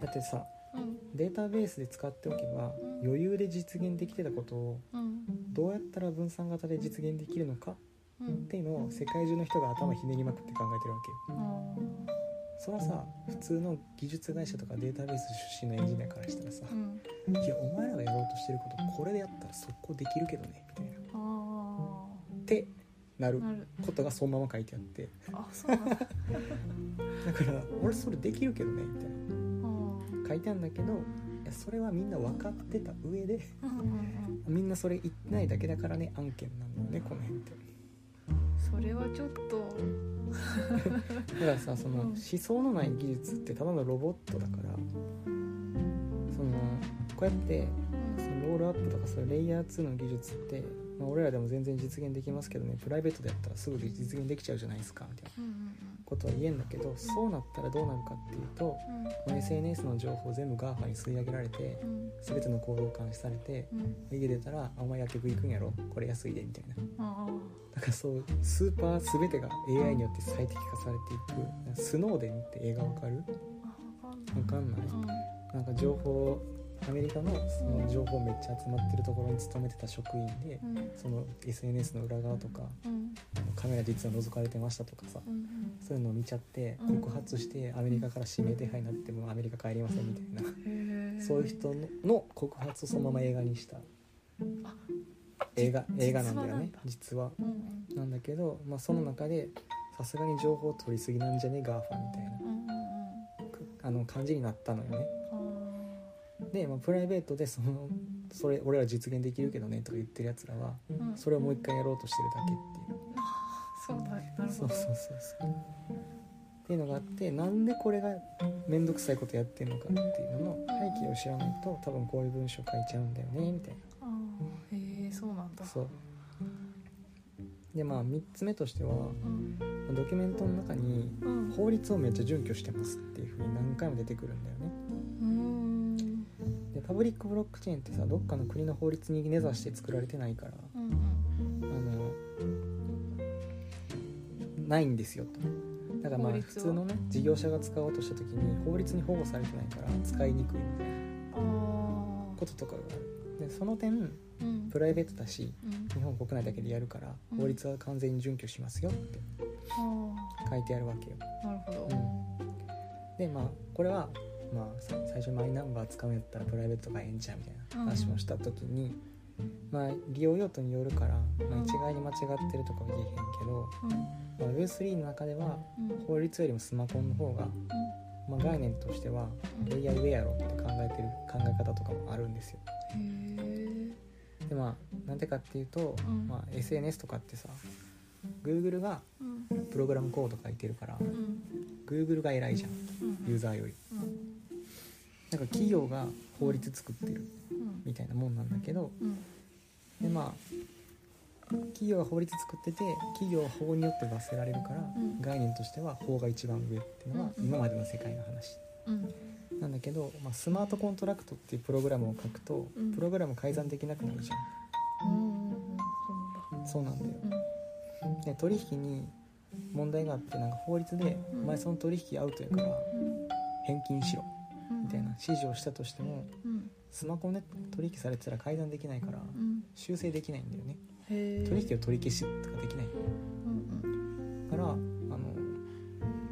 A: だってさ
B: えうん
A: データベースで使っておけば
B: うん
A: 余裕で実現できてたことを
B: うん
A: どうやったら分散型で実現できるのか
B: う
A: っ
B: ん
A: ていうのを世界中の人が頭ひねりまくって考えてるわけよ
B: あー
A: それはさ普通の技術会社とかデータベース出身のエンジニアからしたらさ
B: う
A: 「
B: ん
A: いやお前らがやろうとしてることこれでやったら速攻できるけどね」みたいな。
B: あ
A: ってな
B: あ
A: る
B: なる
A: ことがそのまま書いてあって
B: あそうなんだあ
A: だから「俺それできるけどね」みたいな
B: ー
A: 書いてあるんだけどいやそれはみんな分かってた上で
B: うんうんうん
A: みんなそれ言ってないだけだからね案件なんだよねこの辺って
B: それはちょっと
A: だからさその
B: うん
A: 思想のない技術ってただのロボットだからそのこうやってそのロールアップとかそういうレイヤー2の技術って、まあ、俺らでも全然実現できますけどねプライベートでやったらすぐ実現できちゃうじゃないですかみたいな
B: うん
A: ことは言えんだけどそうなったらどうなるかっていうと
B: うんうん
A: まあ SNS の情報全部 GAFA に吸い上げられて
B: うん
A: 全ての行動を監視されて
B: うんうん
A: 家出たら「あお前薬局行くんやろこれ安いで」みたいな
B: あ
A: だからそうスーパー全てが AI によって最適化されていくスノーデンって映画わかる
B: ーあわかんない
A: わかんないなんか情報アメリカのその情報めっちゃ集まってるところに勤めてた職員で
B: うんうん
A: その SNS の裏側とか
B: うん
A: カメラ実は覗かれてましたとかさ
B: うんうん
A: そういうのを見ちゃって
B: うん
A: 告発してアメリカから指名手配になってもうアメリカ帰りませんみたいな
B: へえ
A: そういう人のの告発をそのまま映画にした
B: あ
A: 映画映画なんだ
B: 実
A: よ
B: 話な
A: ね
B: んだ
A: 実は
B: うんうん
A: なんだけど、まあ、その中でさすがに情報取りすぎなんじゃねガーファみたいな
B: うんうん
A: くあの感じになったのよね
B: うん
A: で、まあ、プライベートでそのそれ俺ら実現できるけどねとか言ってるやつらは
B: あーうん
A: それをもう一回やろうとしてるだけっていう
B: そうだねなる
A: そ
B: ほ
A: う
B: ど
A: そうそうそうっていうのがあってなんでこれが面倒くさいことやってんのかっていうのの背景を知らないと多分こういう文章書いちゃうんだよねみたい
B: ああへえそうなんだ
A: なそうでまあ3つ目としては
B: うん
A: ドキュメントの中に
B: うん
A: 法律をめっちゃ準拠してますっていう風に何回も出てくるんだよね
B: うん
A: でパブリックブロックチェーンってさどっかの国の法律に根ざして作られてないから
B: うん
A: あのないんですよと
B: う
A: だからまあ
B: 法
A: 普
B: 律を
A: 通のね事業者が使おうとした時に法律に保護されてないから使いにくいみたいな
B: ああ
A: こととかがあるでその点
B: うん
A: プライベートだし
B: うん
A: 日本国内だけでやるから
B: うん
A: 法律は完全に準拠しますよって
B: あ
A: 書いてあるわけよ、
B: あなるほど
A: うん、でまあこれはまあさ最初マイナンバー使うんやったらプライベートがええんちゃうみたいな話もした時に、まあ利用用途によるから、まあ、一概に間違ってるとかは言えへんけど、
B: うん
A: まあ、Web3 の中では
B: うん
A: 法律よりもスマホの方が、まあ、概念としては
B: うん
A: レイヤー上やろって考えてる考え方とかもあるんですよ
B: へ
A: でまあなんでかっていうと、
B: うん
A: まあ、SNS とかってさ Google が
B: えうん
A: プログラムコード書いてるから
B: うん
A: Google が偉いじゃん
B: うん
A: ユーザーより
B: うん
A: なんか企業が法律作ってる
B: うん
A: みたいなもんなんだけど
B: うん
A: でまあ企業が法律作ってて企業は法によって罰せられるから、
B: うん
A: 概念としては法が一番上っていうのが
B: うん
A: 今までの世界の話
B: うん
A: なんだけど、まあ、スマートコントラクトっていうプログラムを書くと
B: うん
A: プログラム改ざんできなくなるじゃ
B: うん
A: んそうなんだよ
B: うんうん
A: で取引に問題があってなんか法律で「お
B: うん
A: 前その取引アウトやから
B: うん
A: 返金しろ」
B: うん
A: みたいな指示をしたとしても
B: うん
A: スマホで取引されてたら改ざんできないから
B: うん
A: 修正できないんだよね
B: へえ
A: 取引を取り消しとかできない
B: うん
A: からあの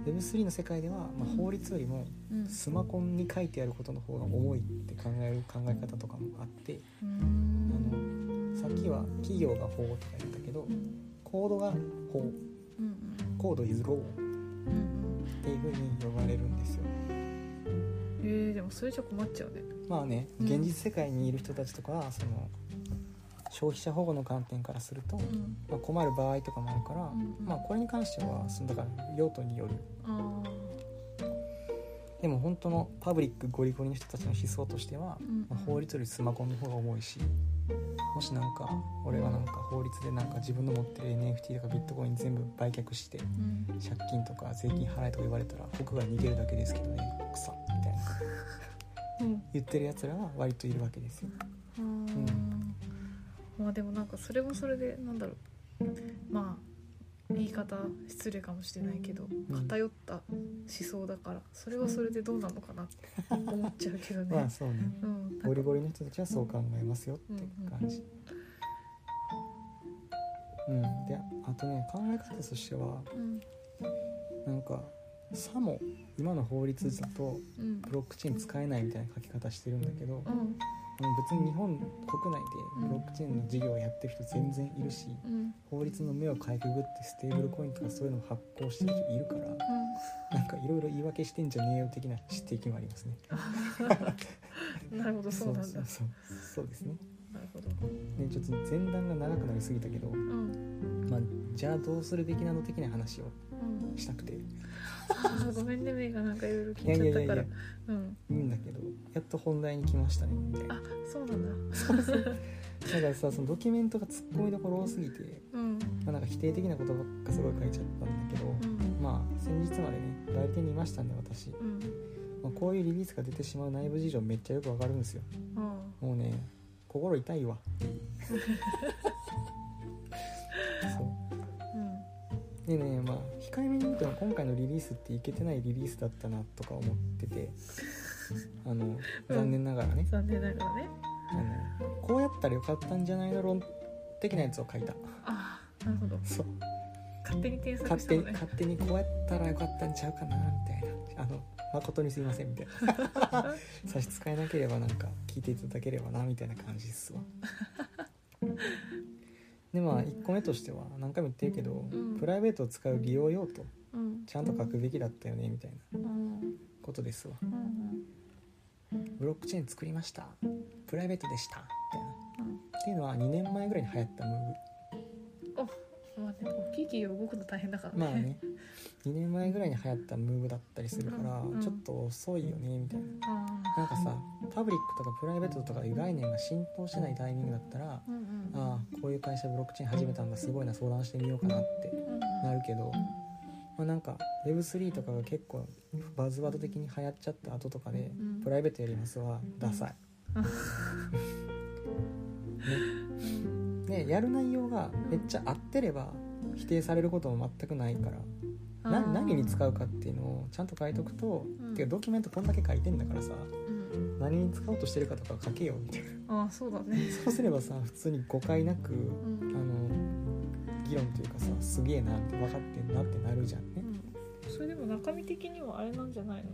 A: Web3 の世界では、まあ、法律よりも
B: うんうん
A: スマコンに書いてあることの方が重いって考える考え方とかもあって
B: うーん
A: さっきは企業が法とか言ったけど
B: うん
A: コードが法
B: うん
A: コード is law
B: うんうん
A: っていう風に呼ばれるんですよ
B: えー、でもそれじゃ困っちゃうね
A: まあね
B: うん
A: 現実世界にいる人たちとかはその消費者保護の観点からすると、
B: うん
A: まあ、困る場合とかもあるから、
B: うん
A: まあ、これに関してはそのだから用途による
B: ああ
A: でも本当のパブリックゴリゴリの人たちの思想としては、
B: うん
A: まあ法律よりスマホの方が重いしもしなんか俺がなんか法律でなんか自分の持ってる NFT とかビットコイン全部売却して
B: うん
A: 借金とか税金払えとか言われたら僕が逃げるだけですけどねクソみたいな
B: うん
A: 言ってるやつらは割といるわけですよ。
B: あん、まあでもなんかそれもそれでなんだろうまあ言い方失礼かもしれないけど
A: うん
B: 偏った思想だからそれはそれでどうなのかなって思っちゃうけど
A: まあ
B: ね、
A: そうね
B: うん、
A: ゴリゴリの人たちはそう考えますよって感じ。うん、であとね考え方としては
B: うん
A: なんかさも今の法律だと
B: うん
A: ブロックチェーン使えないみたいな書き方してるんだけど
B: うん
A: 別に日本国内でブロックチェーンの事業をやってる人全然いるし
B: うん
A: 法律の目をかいくぐってステーブルコインとかそういうのを発行してる人いるからなんかいろいろ言い訳してんじゃねえよ的な指摘もありますね。
B: うんなるほどそうなんだ
A: そうそうそうですね。
B: なるほど
A: でちょっと前段が長くなりすぎたけど、
B: うん
A: まあ、じゃあどうするべきなの的な話を
B: うん
A: したくてい
B: あーごめんねメイがなんかいろいろ聞
A: や
B: い
A: いや
B: ちゃ
A: い
B: っ
A: や
B: たか
A: い
B: ら
A: や
B: うん
A: いんだけどやっと本題に来ましたねみたいな
B: あそうなんだ
A: だからさそのドキュメントが突っ込みどころ多すぎて、
B: うん
A: まあ、なんか否定的なことばっかすごい書いちゃったんだけど、
B: うん
A: まあ先日までね代理店にいましたんで私、
B: うん
A: まあ、こういうリリースが出てしまう内部事情めっちゃよくわかるんですよ
B: あ
A: もうね心痛いわそう
B: ーう
A: で
B: ん
A: ねまあ控えめに言うと今回のリリースっていけてないリリースだったなとか思っててあの残念ながらね、
B: 残念ながらね
A: あのこうやったらよかったんじゃないの論的なやつを書いた [laughs]
B: ああなるほど
A: そう
B: 勝手に添削
A: 勝
B: した
A: 手
B: の
A: に
B: ね
A: 勝手にこうやったらよかったんちゃうかなみたいなあの誠にすいませんみたい
B: [laughs]
A: な差し支えなければなんか聞いていただければなみたいな感じっすわでまあ1個目としては何回も言ってるけど、
B: うん
A: プライベートを使う利用用途
B: うん
A: ちゃんと書くべきだったよねみたいな
B: うん
A: ことですわ
B: うんうん
A: ブロックチェーン作りましたプライベートでしたみたいな
B: うん
A: っていうのは2年前ぐらいに流行ったムーブ
B: まあでも大きい企業動くの大変だからね
A: まあね2年前ぐらいに流行ったムーブだったりするから、
B: うん
A: ちょっと遅いよねみたいな
B: あ
A: なんかさパブリックとかプライベートとかいう概念が浸透してないタイミングだったら
B: ーうんうん
A: ああこういう会社ブロックチェーン始めたんだすごいな相談してみようかなって
B: うんうん
A: なるけど、まあ、なんか Web3 とかが結構バズワード的に流行っちゃった後とかで、
B: うん
A: プライベートやりますはダ
B: [laughs]
A: サい。ね、やる内容がめっちゃ合ってれば否定されることも全くないからな
B: あー
A: 何に使うかっていうのをちゃんと書いとくと、
B: うん
A: てかドキュメントこんだけ書いてんだからさ
B: うん
A: 何に使おうとしてるかとか書けよみたいな [laughs]
B: ああそうだね
A: そうすればさ普通に誤解なく
B: う
A: あ
B: ん、
A: の議論というかさすげえなって分かってんなってなるじゃん
B: う
A: ね
B: ん、それでも中身的にはあれなんじゃないの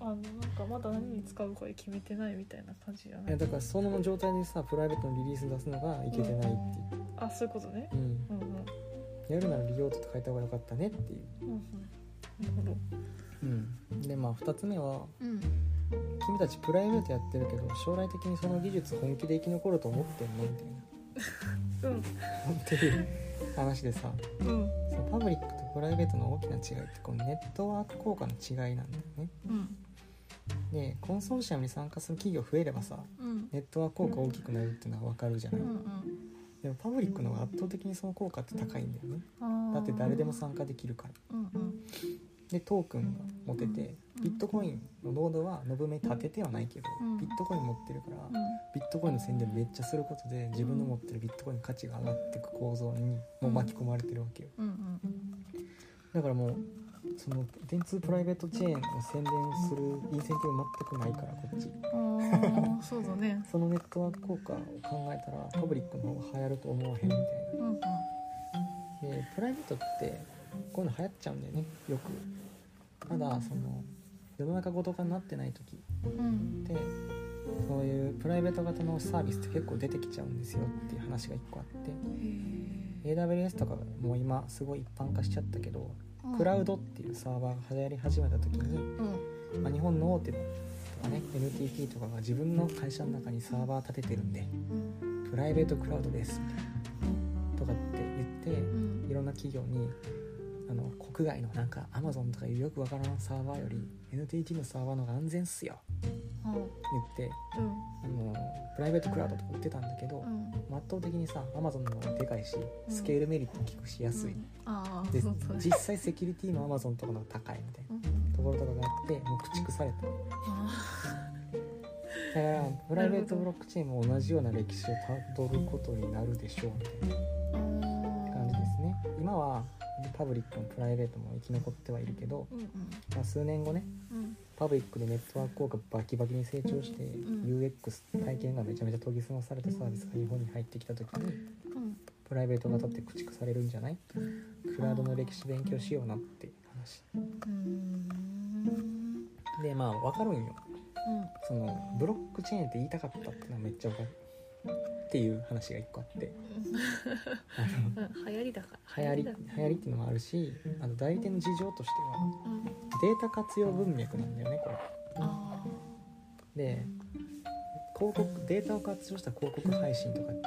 B: あのなんかまだ何に使うか決めてないみたいな感じじゃ
A: い
B: な
A: や
B: い
A: だからその状態でさプライベートのリリース出すのがいけてないっていう、
B: あそういうことね
A: うん、
B: うんうん
A: やるなら利用途と書いた方が良かったねっていう、
B: うんうんなるほど
A: うん、でまあ2つ目は
B: うん
A: 君たちプライベートやってるけど将来的にその技術本気で生き残ると思ってんのみたいな
B: うん
A: っていう話でさ
B: うん
A: そのパブリックとプライベートの大きな違いってこのネットワーク効果の違いなんだよね
B: うん
A: でコンソーシアムに参加する企業増えればさ
B: うん
A: ネットワーク効果大きくなるっていうのは分かるじゃない、
B: うん
A: でもパブリックの方が圧倒的にその効果って高いんだよね
B: うん
A: だって誰でも参加できるから
B: うんうん
A: でトークンが持てて
B: うん
A: ビットコインのノードはのぶめ立ててはないけど
B: うん
A: ビットコイン持ってるから
B: うん
A: ビットコインの宣伝めっちゃすることで自分の持ってるビットコインの価値が上がっていく構造にもう巻き込まれてるわけよ
B: うんうん
A: だからもうその電通プライベートチェーンの宣伝をするインセンティブ全くないからこっち
B: ああそうだね
A: そのネットワーク効果を考えたらパブリックの方が流行ると思わへんみたい
B: うんう
A: な
B: ん
A: でプライベートってこういうの流行っちゃうんだよねよくただその世の中ごと化になってない時
B: うん
A: ってそういうプライベート型のサービスって結構出てきちゃうんですよっていう話が1個あっ
B: へ
A: て AWS とかがもう今すごい一般化しちゃったけど
B: ー
A: クラウドっていうサーバーが流行り始めた時に
B: うん
A: まあ、日本の大手とかね NTT とかが自分の会社の中にサーバー立ててるんで
B: うん
A: プライベートクラウドですみたいなとかって言っ
B: うん
A: ていろんな企業にあの国外のなんか Amazon とかいうよくわからんサーバーより NTT のサーバーの方が安全っすよ
B: あ
A: 言って
B: うん
A: あのプライベートクラウドとか売ってたんだけど、
B: うん
A: 圧倒的にさ Amazon の方がでかいしスケールメリットも効くし安い、
B: うんああ
A: で
B: そうそう
A: 実際セキュリティも Amazon とかの方が高いみたいな
B: うん
A: ところとかがあってもう駆逐された
B: あ
A: だからプライベートブロックチェーンも同じような歴史をたどることになるでしょうみたい
B: ーあー
A: な感じですね今はパブリックもプライベートも生き残ってはいるけど、
B: うんうん
A: まあ、数年後ね
B: うん
A: パブリックでネットワーク効果バキバキに成長して、
B: ん
A: UX 体験がめちゃめちゃ研ぎ澄まされたサービスが日本に入ってきた時に
B: うん
A: プライベート型って駆逐されるんじゃないクラウドの歴史勉強しようなって話
B: うーん
A: でまあ分かるんよ
B: うん
A: そのブロックチェーンって言いたかったってのはめっちゃ分かるっていう話が1個あってあの
B: うん流行りだから
A: 流行り
B: だ
A: 流
B: か
A: 行りっていうのもあるしあの代理店の事情としては
B: らうん
A: データ活用文脈なんだよねこ
B: あ
A: れで広告データを活用した広告配信とかって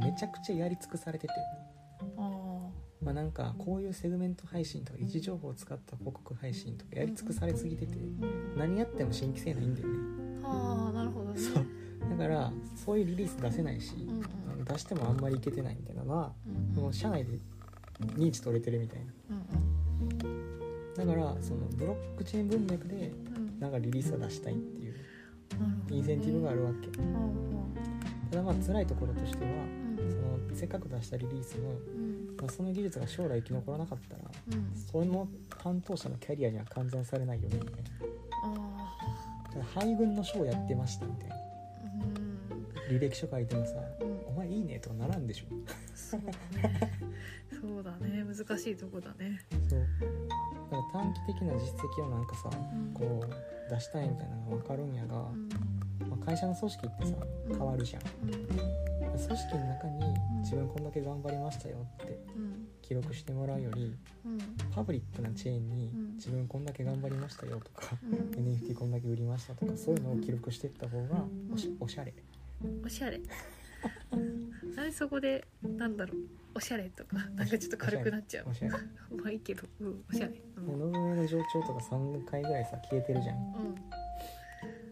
B: ーうん
A: めちゃくちゃやり尽くされてて
B: あ
A: まあなんかこういうセグメント配信とか位置情報を使った広告配信とかやり尽くされすぎてて
B: ーうん
A: 何やっても新規性ないんだよね
B: あーなるほどね
A: そうだからそういうリリース出せないし
B: うんうん
A: あの出してもあんまりいけてないみたいなのは
B: うん
A: もう社内で認知取れてるみたいな
B: うん
A: だからそのブロックチェーン文脈で
B: うんうん
A: なんかリリースを出したいっていう
B: なるほどね
A: インセンティブがあるわけ
B: うんうん
A: ただまあ辛いところとしては
B: うん
A: そのせっかく出したリリースの、
B: うん
A: まあ、その技術が将来生き残らなかったら
B: うん
A: その担当者のキャリアには換算されないよねみたいな
B: あ
A: ただ配軍の賞やってましたみたいな
B: ーうん
A: 履歴書書いてもさ
B: うん
A: 「お前いいね」とかならんでしょ
B: そうだねそうだね難しいとこだね
A: そうだから短期的な実績をなんかさ
B: うん
A: こう出したいみたいなのが分かるんやが
B: う、ん
A: まあ、会社の組織ってさ変わるじゃん
B: うん
A: 組織の中に自分こんだけ頑張りましたよって
B: うん
A: 記録してもらうより
B: うん
A: パブリックなチェーンに
B: うん
A: 自分こんだけ頑張りましたよとか、
B: うん
A: NFT こんだけ売りましたとかそういうのを記録していった方がおし
B: うん
A: おしゃれ
B: おしゃれなんでそこでなんだろうおしゃれとかなんかちょっと軽くなっちゃう
A: おしゃれで
B: まあいいけどうんおしゃれうんう
A: ノルウ
B: ん
A: ェーの上長とか3回ぐらいさ消えてるじゃん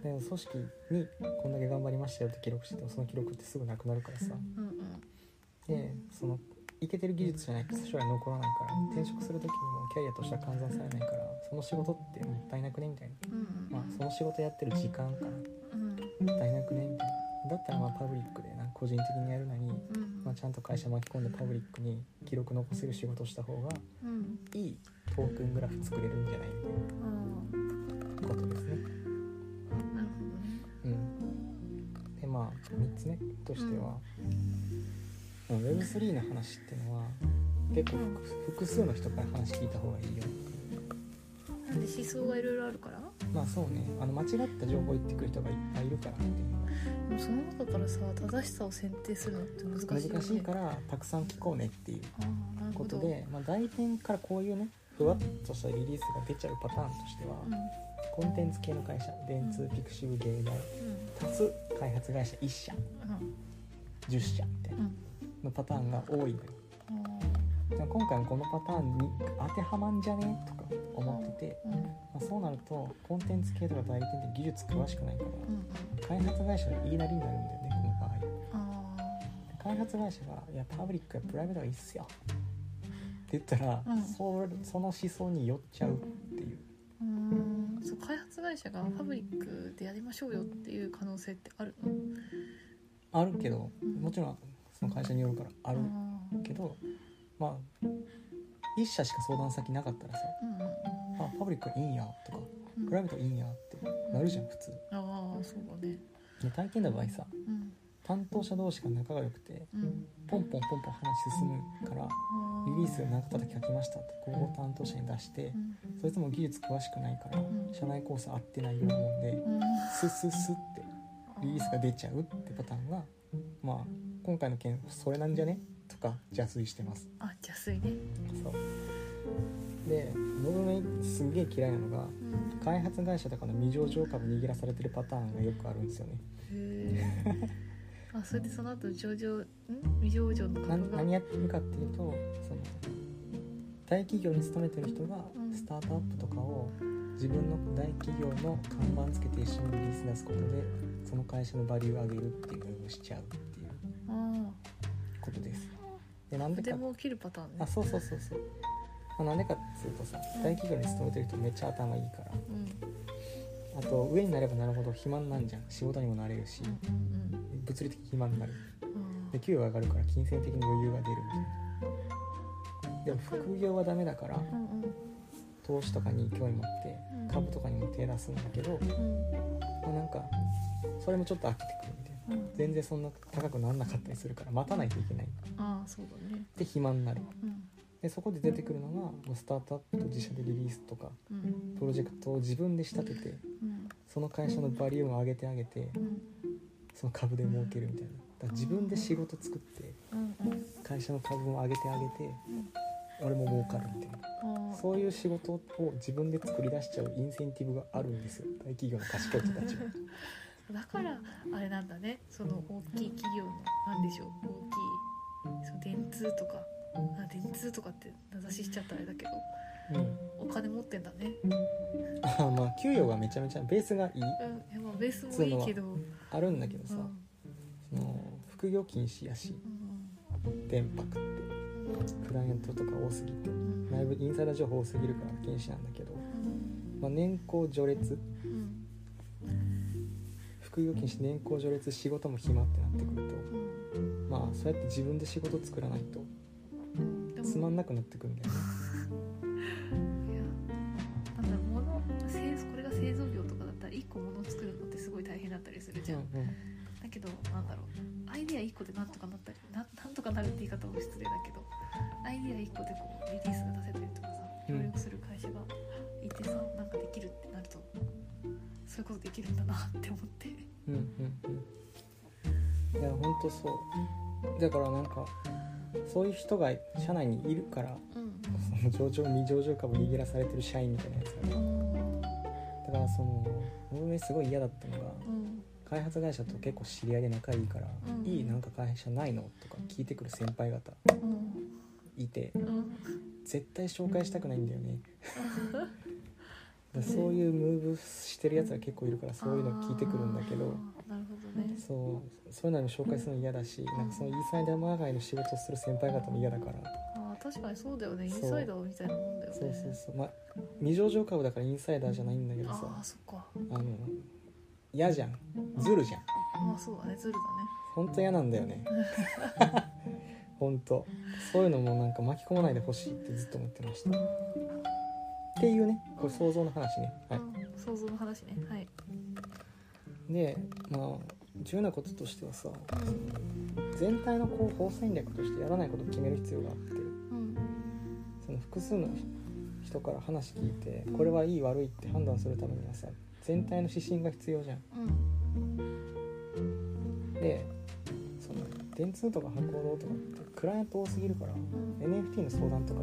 A: でも組織にこんだけ頑張りましたよって記録しててもその記録ってすぐなくなるからさ
B: うんうん
A: でそのいけてる技術じゃないと将来残らないから転職する時にもキャリアとしては換算されないからその仕事ってもったいなくねみたいな、
B: うん
A: まあ、その仕事やってる時間かな
B: うん
A: もったいなくねみたいなだったらまあパブリックでな個人的にやるなに
B: うん
A: まあ、ちゃんと会社巻き込んでパブリックに記録残せる仕事をした方が
B: うん
A: いいトークングラフ作れるんじゃないみ
B: ああ
A: たいなことですね。
B: なるほどね
A: うん、でまあ3つ目としては、うん、Web3 の話っていうのは結構
B: うん
A: 複複数の人から話聞いた方がいいよ。
B: なんで思想がいろいろあるから
A: まあそうねあの間違った情報言ってくる人がいっぱいいるからって
B: でもその中からさ正しさを選定するのって難しいよね
A: 難しいからたくさん聞こうねっていう
B: ああなる
A: こ
B: ほ
A: と
B: ど
A: で、まあ、代点からこういうねふわっとしたリリースが出ちゃうパターンとしては、
B: うん
A: コンテンツ系の会社電通ピクシブ芸大
B: うん
A: 多数開発会社1社10社みたい
B: うんう
A: なんのパターンが多いのよ
B: あ
A: だから今回もこのパターンに当てはまんじゃねとか思ってて、
B: あうんうん
A: まあ、そうなるとコンテンツ系とか代理店って技術詳しくないか
B: うん
A: ら開発会社の言いなりになるんだよねこの場合。
B: あ
A: 開発会社が「いやパブリックやプライベートがいいっすよ」って言ったら、
B: うん
A: そその思想に寄っちゃうっていう
B: あうーんそう開発会社がファブリックでやりましょうよっていう可能性ってあるの
A: あるけど
B: うん
A: もちろんその会社によるからあ
B: あ
A: る
B: ー
A: けどまあ一社しか相談先なかったらさ
B: うんうん
A: 「あパブリックいいんや」とか
B: う
A: 「
B: ん
A: プライベートいいんや」ってなるじゃん普通。
B: ああそうだね
A: で大抵の場合さ
B: うん
A: 担当者同士が仲が良くて
B: うん
A: ポンポンポンポン話進むから
B: あ
A: リリース何型だけ書きましたって広報担当者に出して。
B: うん
A: そいつも技術詳しくないから
B: ん
A: 社内構成合ってないようなもんで
B: うん
A: スッスッスッってリリースが出ちゃうってパターンがまあ今回の件それなんじゃねとか邪推してます
B: あ邪水ね
A: そうでノブメイすんげえ嫌いなのが
B: うん
A: 開発会社とかの未上場株握らされてるパターンがよくあるんですよね
B: へえあそれでその後上場ん未上場の
A: な
B: 株が
A: 何やってるかっていうとその大企業に勤めてる人が
B: うん
A: スタートアップとかを自分の大企業の看板つけて一緒にリリース出すことでその会社のバリューを上げるっていうムーブしちゃうっていう
B: あ
A: ことです。でなん
B: あ
A: で
B: で
A: か
B: も起きるパターン
A: あ
B: ね
A: そうそうそうそうまあなんでかっていうとさ
B: うん
A: 大企業に勤めてる人めっちゃ頭いいから
B: うん
A: あと上になればなるほど肥満なんじゃん仕事にもなれるし
B: うん
A: 物理的肥満になる
B: うん
A: で給与が上がるから金銭的に余裕が出るみたいなでも副業はダメだから
B: うんうん
A: 投資とかに興味持って
B: うん
A: 株とかにも手出すんだけど、
B: うん
A: まあ、なんかそれもちょっと飽きてくるみたいな
B: うん
A: 全然そんな高くならなかったりするから待たないといけないで
B: ああそうだね
A: 肥満になる
B: うん
A: でそこで出てくるのがもうスタートアップと自社でリリースとか
B: うん
A: プロジェクトを自分で仕立てて
B: うん
A: その会社のバリュームを上げてあげて
B: うん
A: その株で儲けるみたいなだから自分で仕事作って
B: うんうん
A: 会社の株を上げてあげて俺も儲かるみたいな
B: ああ
A: そういう仕事を自分で作り出しちゃうインセンティブがあるんですよ大企業の賢い人たちは。
B: だからあれなんだねその大きい企業のなんでしょう大きいそう電通とかあ電通とかって名指ししちゃったあれだけど
A: うん
B: お金持ってんだね
A: あまあ給与がめちゃめちゃベースがいい
B: うんいやまあベースもいいけど
A: あるんだけどさ、
B: うん
A: その副業禁止やし
B: うん
A: 電泊ってクライアントとか多すぎて
B: うん
A: 内部インサイダー情報多すぎるから禁止なんだけど、
B: うん
A: まあ、年功序列
B: うん
A: 副業禁止年功序列仕事も暇ってなってくる
B: う
A: とまあそうやって自分で仕事作らないと
B: んでも
A: つまんなくなってくるんだよね
B: いやなんだろう物製造これが製造業とかだったら1個物作るのってすごい大変だったりするじゃん、
A: うん
B: だけどなんだろうアイディア1個でなんとかなったりななんとかなるって言い方も失礼だけどアイディア1個でこうリリースが出せたりとかさ
A: うん
B: 協力する会社がいてさなんかできるってなるとそういうことできるんだなって思って
A: うんうんうんいやほんとそうだからなんかそういう人が社内にいるから
B: うん
A: その上場未上場株握らされてる社員みたいなやつがね
B: うん
A: だからその運営すごい嫌だったのが
B: うん
A: 開発会社と結構知り合いで仲いいから「
B: うん
A: いいなんか会社ないの?」とか聞いてくる先輩方
B: うん
A: いて
B: うん
A: 絶対紹介したくないんだよねだからそういうムーブしてるやつが結構いるからそういうの聞いてくるんだけど
B: あーなるほどね
A: そうそういうのに紹介するの嫌だしなんかそのインサイダーマーガイの仕事をする先輩方も嫌だから
B: あー確かにそうだよねイン
A: そう
B: サイダーみたいなもんだよね
A: そうそうそうまあ未上場株だからインサイダーじゃないんだけど
B: あ
A: さ
B: あそっか
A: あの嫌じゃんずるじゃん
B: まあそうだねズルだね
A: 本当嫌なんだよ [laughs] ね本当そういうのもなんか巻き込まないでほしいってずっと思ってましたっていうねこれ想像の話ね、はい
B: うん想像の話ねはい
A: でまあ重要なこととしてはさ全体のこう方戦略としてやらないことを決める必要があって
B: うん
A: その複数の人から話聞いてこれはいい悪いって判断するためにはさ全体の指針が必要じゃん。
B: うん
A: でその電通とか博報堂とかってクライアント多すぎるから
B: うん
A: NFT の相談とか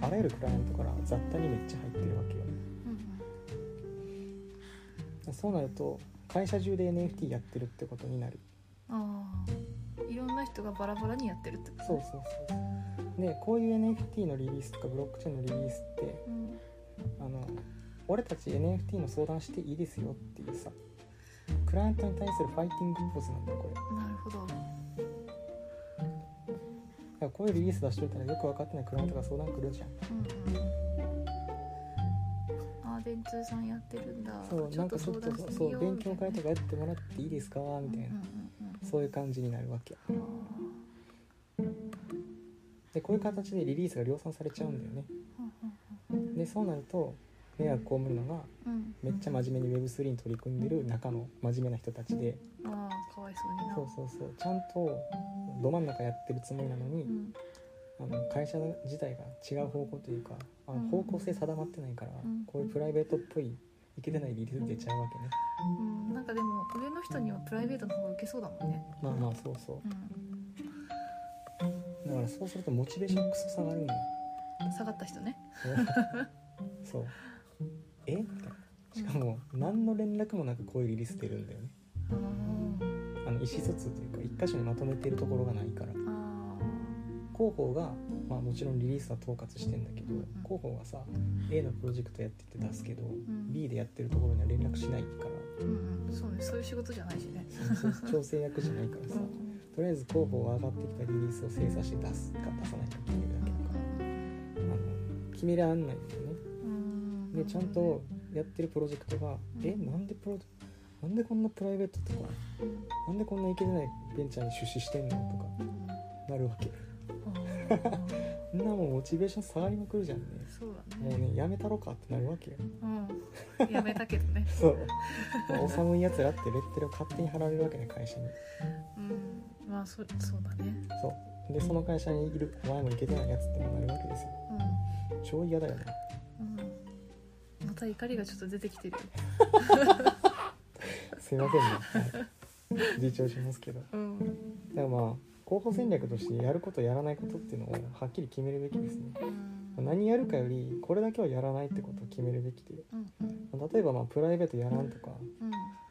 A: があらゆるクライアントから雑多にめっちゃ入ってるわけよ。
B: うん
A: そうなると会社中で NFT やってるってことになる
B: ああいろんな人がバラバラにやってるってこと
A: そうそうそうでこういう NFT のリリースとかブロックチェーンのリリースって
B: うん
A: あの俺たち NFT の相談していいですよっていうさクライアントに対するファイティングポーズなんだよこれだか
B: なるほど
A: らこういうリリース出しといたらよく分かってないクライアントが相談来るじゃん
B: うんうんああ電通さんやってるんだ
A: そうなんかちょっとそう勉強会と
B: か
A: かやってもらっていいですかみたいなそういう感じになるわけでこういう形でリリースが量産されちゃうんだよねでそうなると迷惑被るのが
B: うん
A: めっちゃ真面目に Web3 に取り組んでる中の真面目な人たちで
B: ああかわいそうにな
A: そうそうそうちゃんとど真ん中やってるつもりなのに、
B: うん
A: あの会社自体が違う方向というかあの
B: うん
A: 方向性定まってないから、
B: うん
A: こういうプライベートっぽいいけてないリリース出ちゃうわけね、
B: うんなんかでも上の人にはプライベートの方が受けそうだもんね
A: まあまあそうそ
B: うん
A: うだからそうするとモチベーションクソ下がるんだ
B: [laughs]
A: よ
B: 下がった人ね
A: そうえみたいなしかも何の連絡もなくこういうリリース出るんだよね
B: あー
A: あの意思疎通というか一箇所にまとめてるところがないから
B: あ
A: 広報が、まあ、もちろんリリースは統括してんだけど
B: うんうん
A: 広報がさ A のプロジェクトやってて出すけど、
B: ん
A: B でやってるところには連絡しないか
B: ーうんうんそうねそういう仕事じゃないし
A: [laughs]
B: ね
A: らそうそう調整役じゃないから
B: う
A: さ
B: んうん
A: とりあえず広報は上がってきたリリースを精査して出すか出さないか決めるだけだからあの決めらんないんだよね
B: うん
A: でちゃんとやってるプロジェクトが「
B: ん
A: えなんでプロなんでこんなプライベートとか
B: うん
A: なんでこんないけてないベンチャーに出資してんの?」とか
B: うん
A: なるわけ
B: あー
A: みんなもうモチベーション下がりまくるじゃんね
B: そうだ
A: もう
B: ね
A: ねやめたろかってなるわけよ [laughs]
B: うんやめたけどね
A: そうまあお寒いやつらってレッテルを勝手に貼られるわけね会社に
B: うんまあそそうだね
A: そうでその会社にいるお前もいけてないやつってもなるわけですよ超嫌だよね
B: うんうんまた怒りがちょっと出てきてるよ
A: すいませんねはい自重しますけど
B: うん
A: だからまあ候補戦略としてやることやらないことっていうのをはっきり決めるべきですね
B: うん
A: 何やるかよりこれだけはやらないってことを決めるべきで
B: うんうん
A: 例えばまあプライベートやらんとか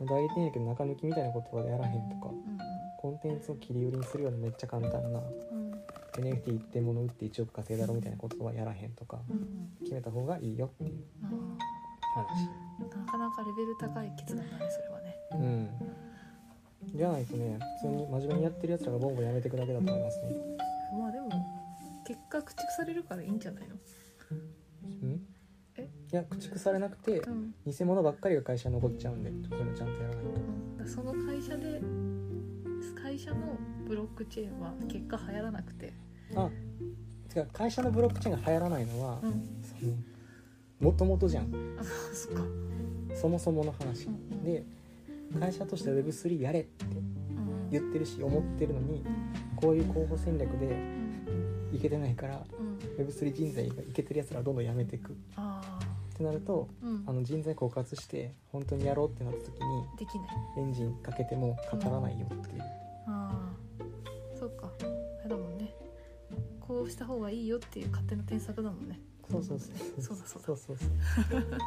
B: うん
A: 代理店やけど中抜きみたいなことはやらへんとか
B: う
A: コンテンツを切り売りにするようなめっちゃ簡単なん
B: うん
A: NFT 一点物売って1億稼いだろみたいなことはやらへんとか
B: うんうん
A: 決めた方がいいよっていう
B: あ
A: 話
B: ーなかなかレベル高い決断だねそれはね
A: うんじゃないとね普通に真面目にやってるやつらがボンボンやめてくだけだと思いますね
B: まあでも結果駆逐されるからいいんじゃないの
A: うん
B: え
A: いや駆逐されなくて
B: うん、
A: 偽物ばっかりが会社に残っちゃうんでそういうのちゃんとやらないと
B: うん、だからその会社で会社のブロックチェーンは結果流行らなくて
A: あてか会社のブロックチェーンが流行らないのは、
B: ん
A: そのもともとじゃん
B: あそっか
A: そもそもの話、
B: うん
A: で会社として Web3 やれって
B: うん
A: 言ってるし思ってるのにこういう候補戦略で
B: うん
A: いけてないから
B: うん
A: Web3 人材がいけてるやつらはどんどんやめていくっ
B: ああ
A: てなると
B: うん
A: あの人材枯渇して本当にやろうってなった時に
B: できない
A: エンジンかけても語らないよっていう、
B: ああそっかあれだもんねこうした方がいいよっていう勝手な添削だもんね
A: そうそうそう
B: そうだそうだ
A: そうそうそうそうなんだよね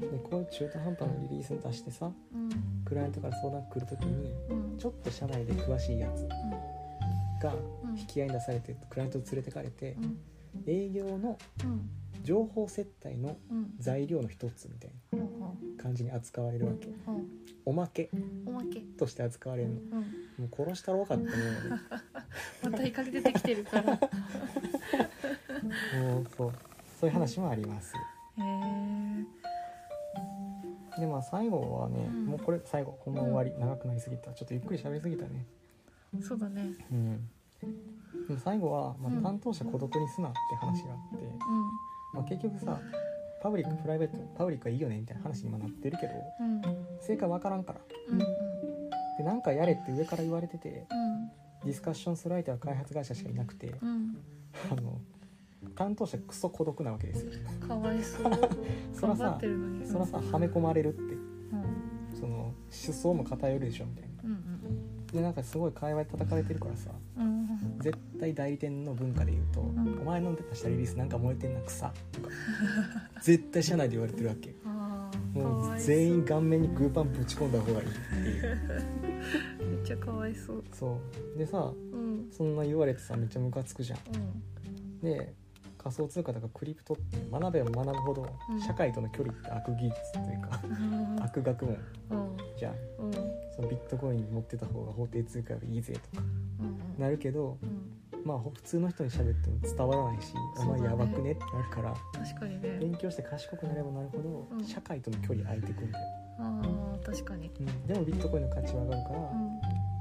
A: でこういう中途半端なリリース出してさ
B: うん
A: クライアントから相談来る時に
B: うん
A: ちょっと社内で詳しいやつが
B: うん
A: 引き合いに出されてクライアントに連れてかれて
B: うん
A: 営業の
B: うん
A: 情報接待の
B: うん
A: 材料の一つみたい
B: ほうほ
A: な感じに扱われるわけ
B: うほう
A: おまけ
B: おまけ
A: として扱われるの
B: うん
A: もう殺したろうかってね
B: また怒り出てきて
A: [laughs]
B: るからへ
A: もうそうそういう話もあります
B: え
A: でまあ最後はね、
B: うん
A: もうこれ最後この終わり長くなりすぎたちょっとゆっくり喋りすぎたね
B: そうだね
A: うんでも最後は、ま
B: うん
A: あ、担当者孤独にすなって話があって、まあ、結局さパブリックプライベートパブリックはいいよねみたいな話に今なってるけど
B: うん
A: 正解わからんから
B: うん
A: でなんかやれって上から言われてて
B: うん
A: ディスカッションする相手は開発会社しかいなくて
B: うん
A: あの担当者クソ孤独なわけですよ
B: うんかわいそう
A: そら
B: 頑張
A: さ
B: ってるのに
A: そらさはめ込まれるって
B: うん
A: その思想も偏るでしょみたいな
B: うん
A: でなんかすごい界隈叩かれてるからさ
B: うんうん
A: 絶対代理店の文化で言うと「
B: ん
A: お前飲んでた下リリースなんか燃えてんな草」とか絶対社内で言われてるわけ
B: あー [laughs] か
A: も
B: わ
A: う
B: いそう
A: 全員顔面にグーパンぶち込んだ方がいいっていう
B: めっちゃかわいそう
A: そうでさ
B: うん
A: そんな言われてさめっちゃムカつくじゃん
B: うん
A: で仮想通貨とかクリプトって学べば学ぶほど
B: うん
A: 社会との距離って悪技術という
B: [laughs]
A: か、悪学問
B: うん
A: じゃん
B: うん
A: そのビットコインに持ってた方が法定通貨よりいいぜとか
B: うん
A: なるけど
B: うん
A: まあ普通の人に喋っても伝わらないし「お
B: そうだ
A: 前
B: ね
A: やばくね」ってなるから
B: 確かにね
A: 勉強して賢くなればなるほ
B: うん
A: ど社会との距離空いてくんだよ、
B: あー確かに
A: うん、でもビットコインの価値は上がるから、
B: うん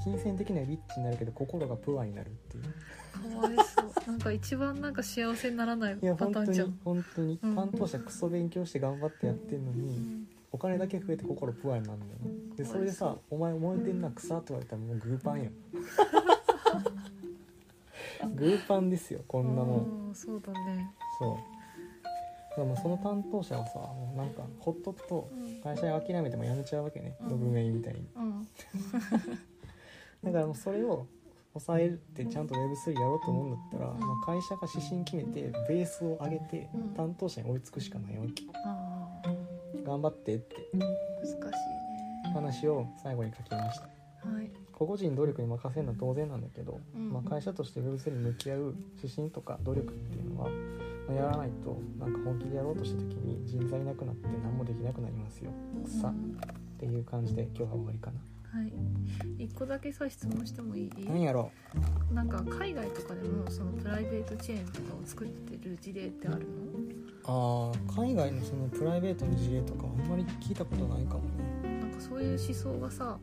A: 金銭的にはリッチになるけど心がプアになるっていう
B: かわい
A: [laughs]
B: そうなんか一番なんか幸せにならない
A: いや
B: パ
A: 本
B: ター
A: 当
B: ンじゃ
A: に
B: ん
A: 本当に
B: うん
A: 担当者クソ勉強して頑張ってやってんの
B: う
A: に
B: ん
A: お金だけ増えて心プアになるんだよねでそれでさ「お前燃えてんな草」って言われたらもうグーパ
B: [laughs]
A: ンやんグーパンですよこんなもん
B: あーそうだね
A: そうだからもうその担当者はさもうなんかほっとくと
B: うん
A: 会社を諦めても辞めちゃうわけね
B: うん
A: ドブメイみたいに
B: うん
A: だからもうそれを抑えてちゃんと Web3 やろうと思うんだったら、
B: ん
A: まあ、会社が指針決めてベースを上げて
B: うん
A: 担当者に追いつくしかないわけ
B: ああ
A: 頑張ってって
B: 難しいね
A: 話を最後に書きました
B: はい
A: 個々人の努力に任せるのは当然なんだけど、
B: うん
A: まあ、会社として Web3 に向き合う指針とか努力っていうのは、まあ、やらないとなんか本気でやろうとした時に人材いなくなって何もできなくなりますよさ
B: う
A: っ
B: ん
A: ていう感じで今日は終わりかな
B: はい一個だけさ質問してもいい
A: 何やろ
B: なんか海外とかでもそのプライベートチェーンとかを作ってる事例ってある
A: うあー海外のそのプライベートの事例とかあんまり聞いたことないかもね
B: のなんかそういう思想がさ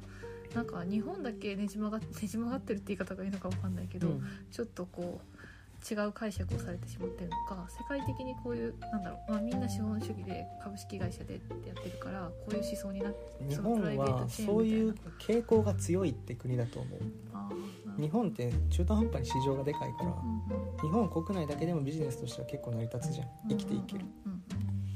B: なんか日本だけねじ曲がねじ曲がってるって [laughs] 言い方がいいのかわかんないけど、ちょっとこう違う解釈をされてしまってるのか世界的にこういうなんだろう、まあ、みんな資本主義で株式会社でってやってるからこういう思想になって
A: 日本はそういう傾向が強いって国だと思う
B: あーなるほど
A: 日本って中途半端に市場がでかいから
B: うんうん
A: 日本国内だけでもビジネスとしては結構成り立つじゃん生きていける
B: うんう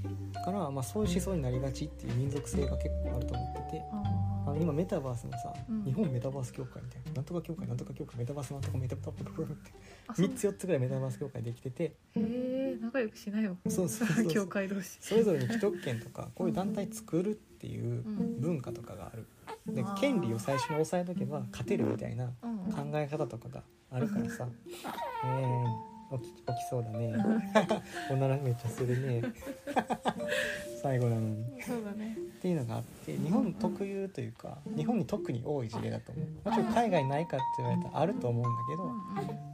B: ん
A: だから、まあ、そういう思想になりがちっていう民族性が結構あると思っててあ
B: うん
A: の今メタバースのさ、
B: うん
A: 日本メタバース協会みたいななんとか協会なんとか協会メタバースなんとかメタバース協会って
B: あー
A: 3つ4つぐらいメタバース協会できてて
B: へえ仲良くしなよ
A: そうそう
B: [laughs]
A: そう
B: 教会同士
A: それぞれに既得権とかこういう団体作るっていう文化とかがあるで
B: あー
A: 権利を最初に押さえとけば勝てるみたいな
B: うんうん
A: 考え方とかがあるからさねえ起き起きそうだねおならめっちゃするね最後なのにっ
B: そうだね
A: ていうのがあって日本特有というか日本に特に多い事例だと思うもちろん海外ないかって言われたらあると思うんだけ
B: う
A: ど、
B: んうん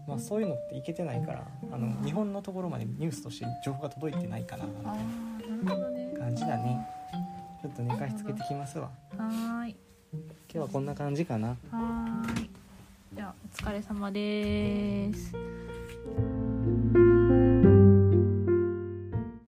A: まあ、そういうのっていけてないからあの日本のところまでニュースとして情報が届いてないかな
B: あーなるほどね
A: 感じだねちょっと寝かしつけてきますわ
B: はーい
A: 今日はこんな感じかな
B: はーいじゃあお疲れ様です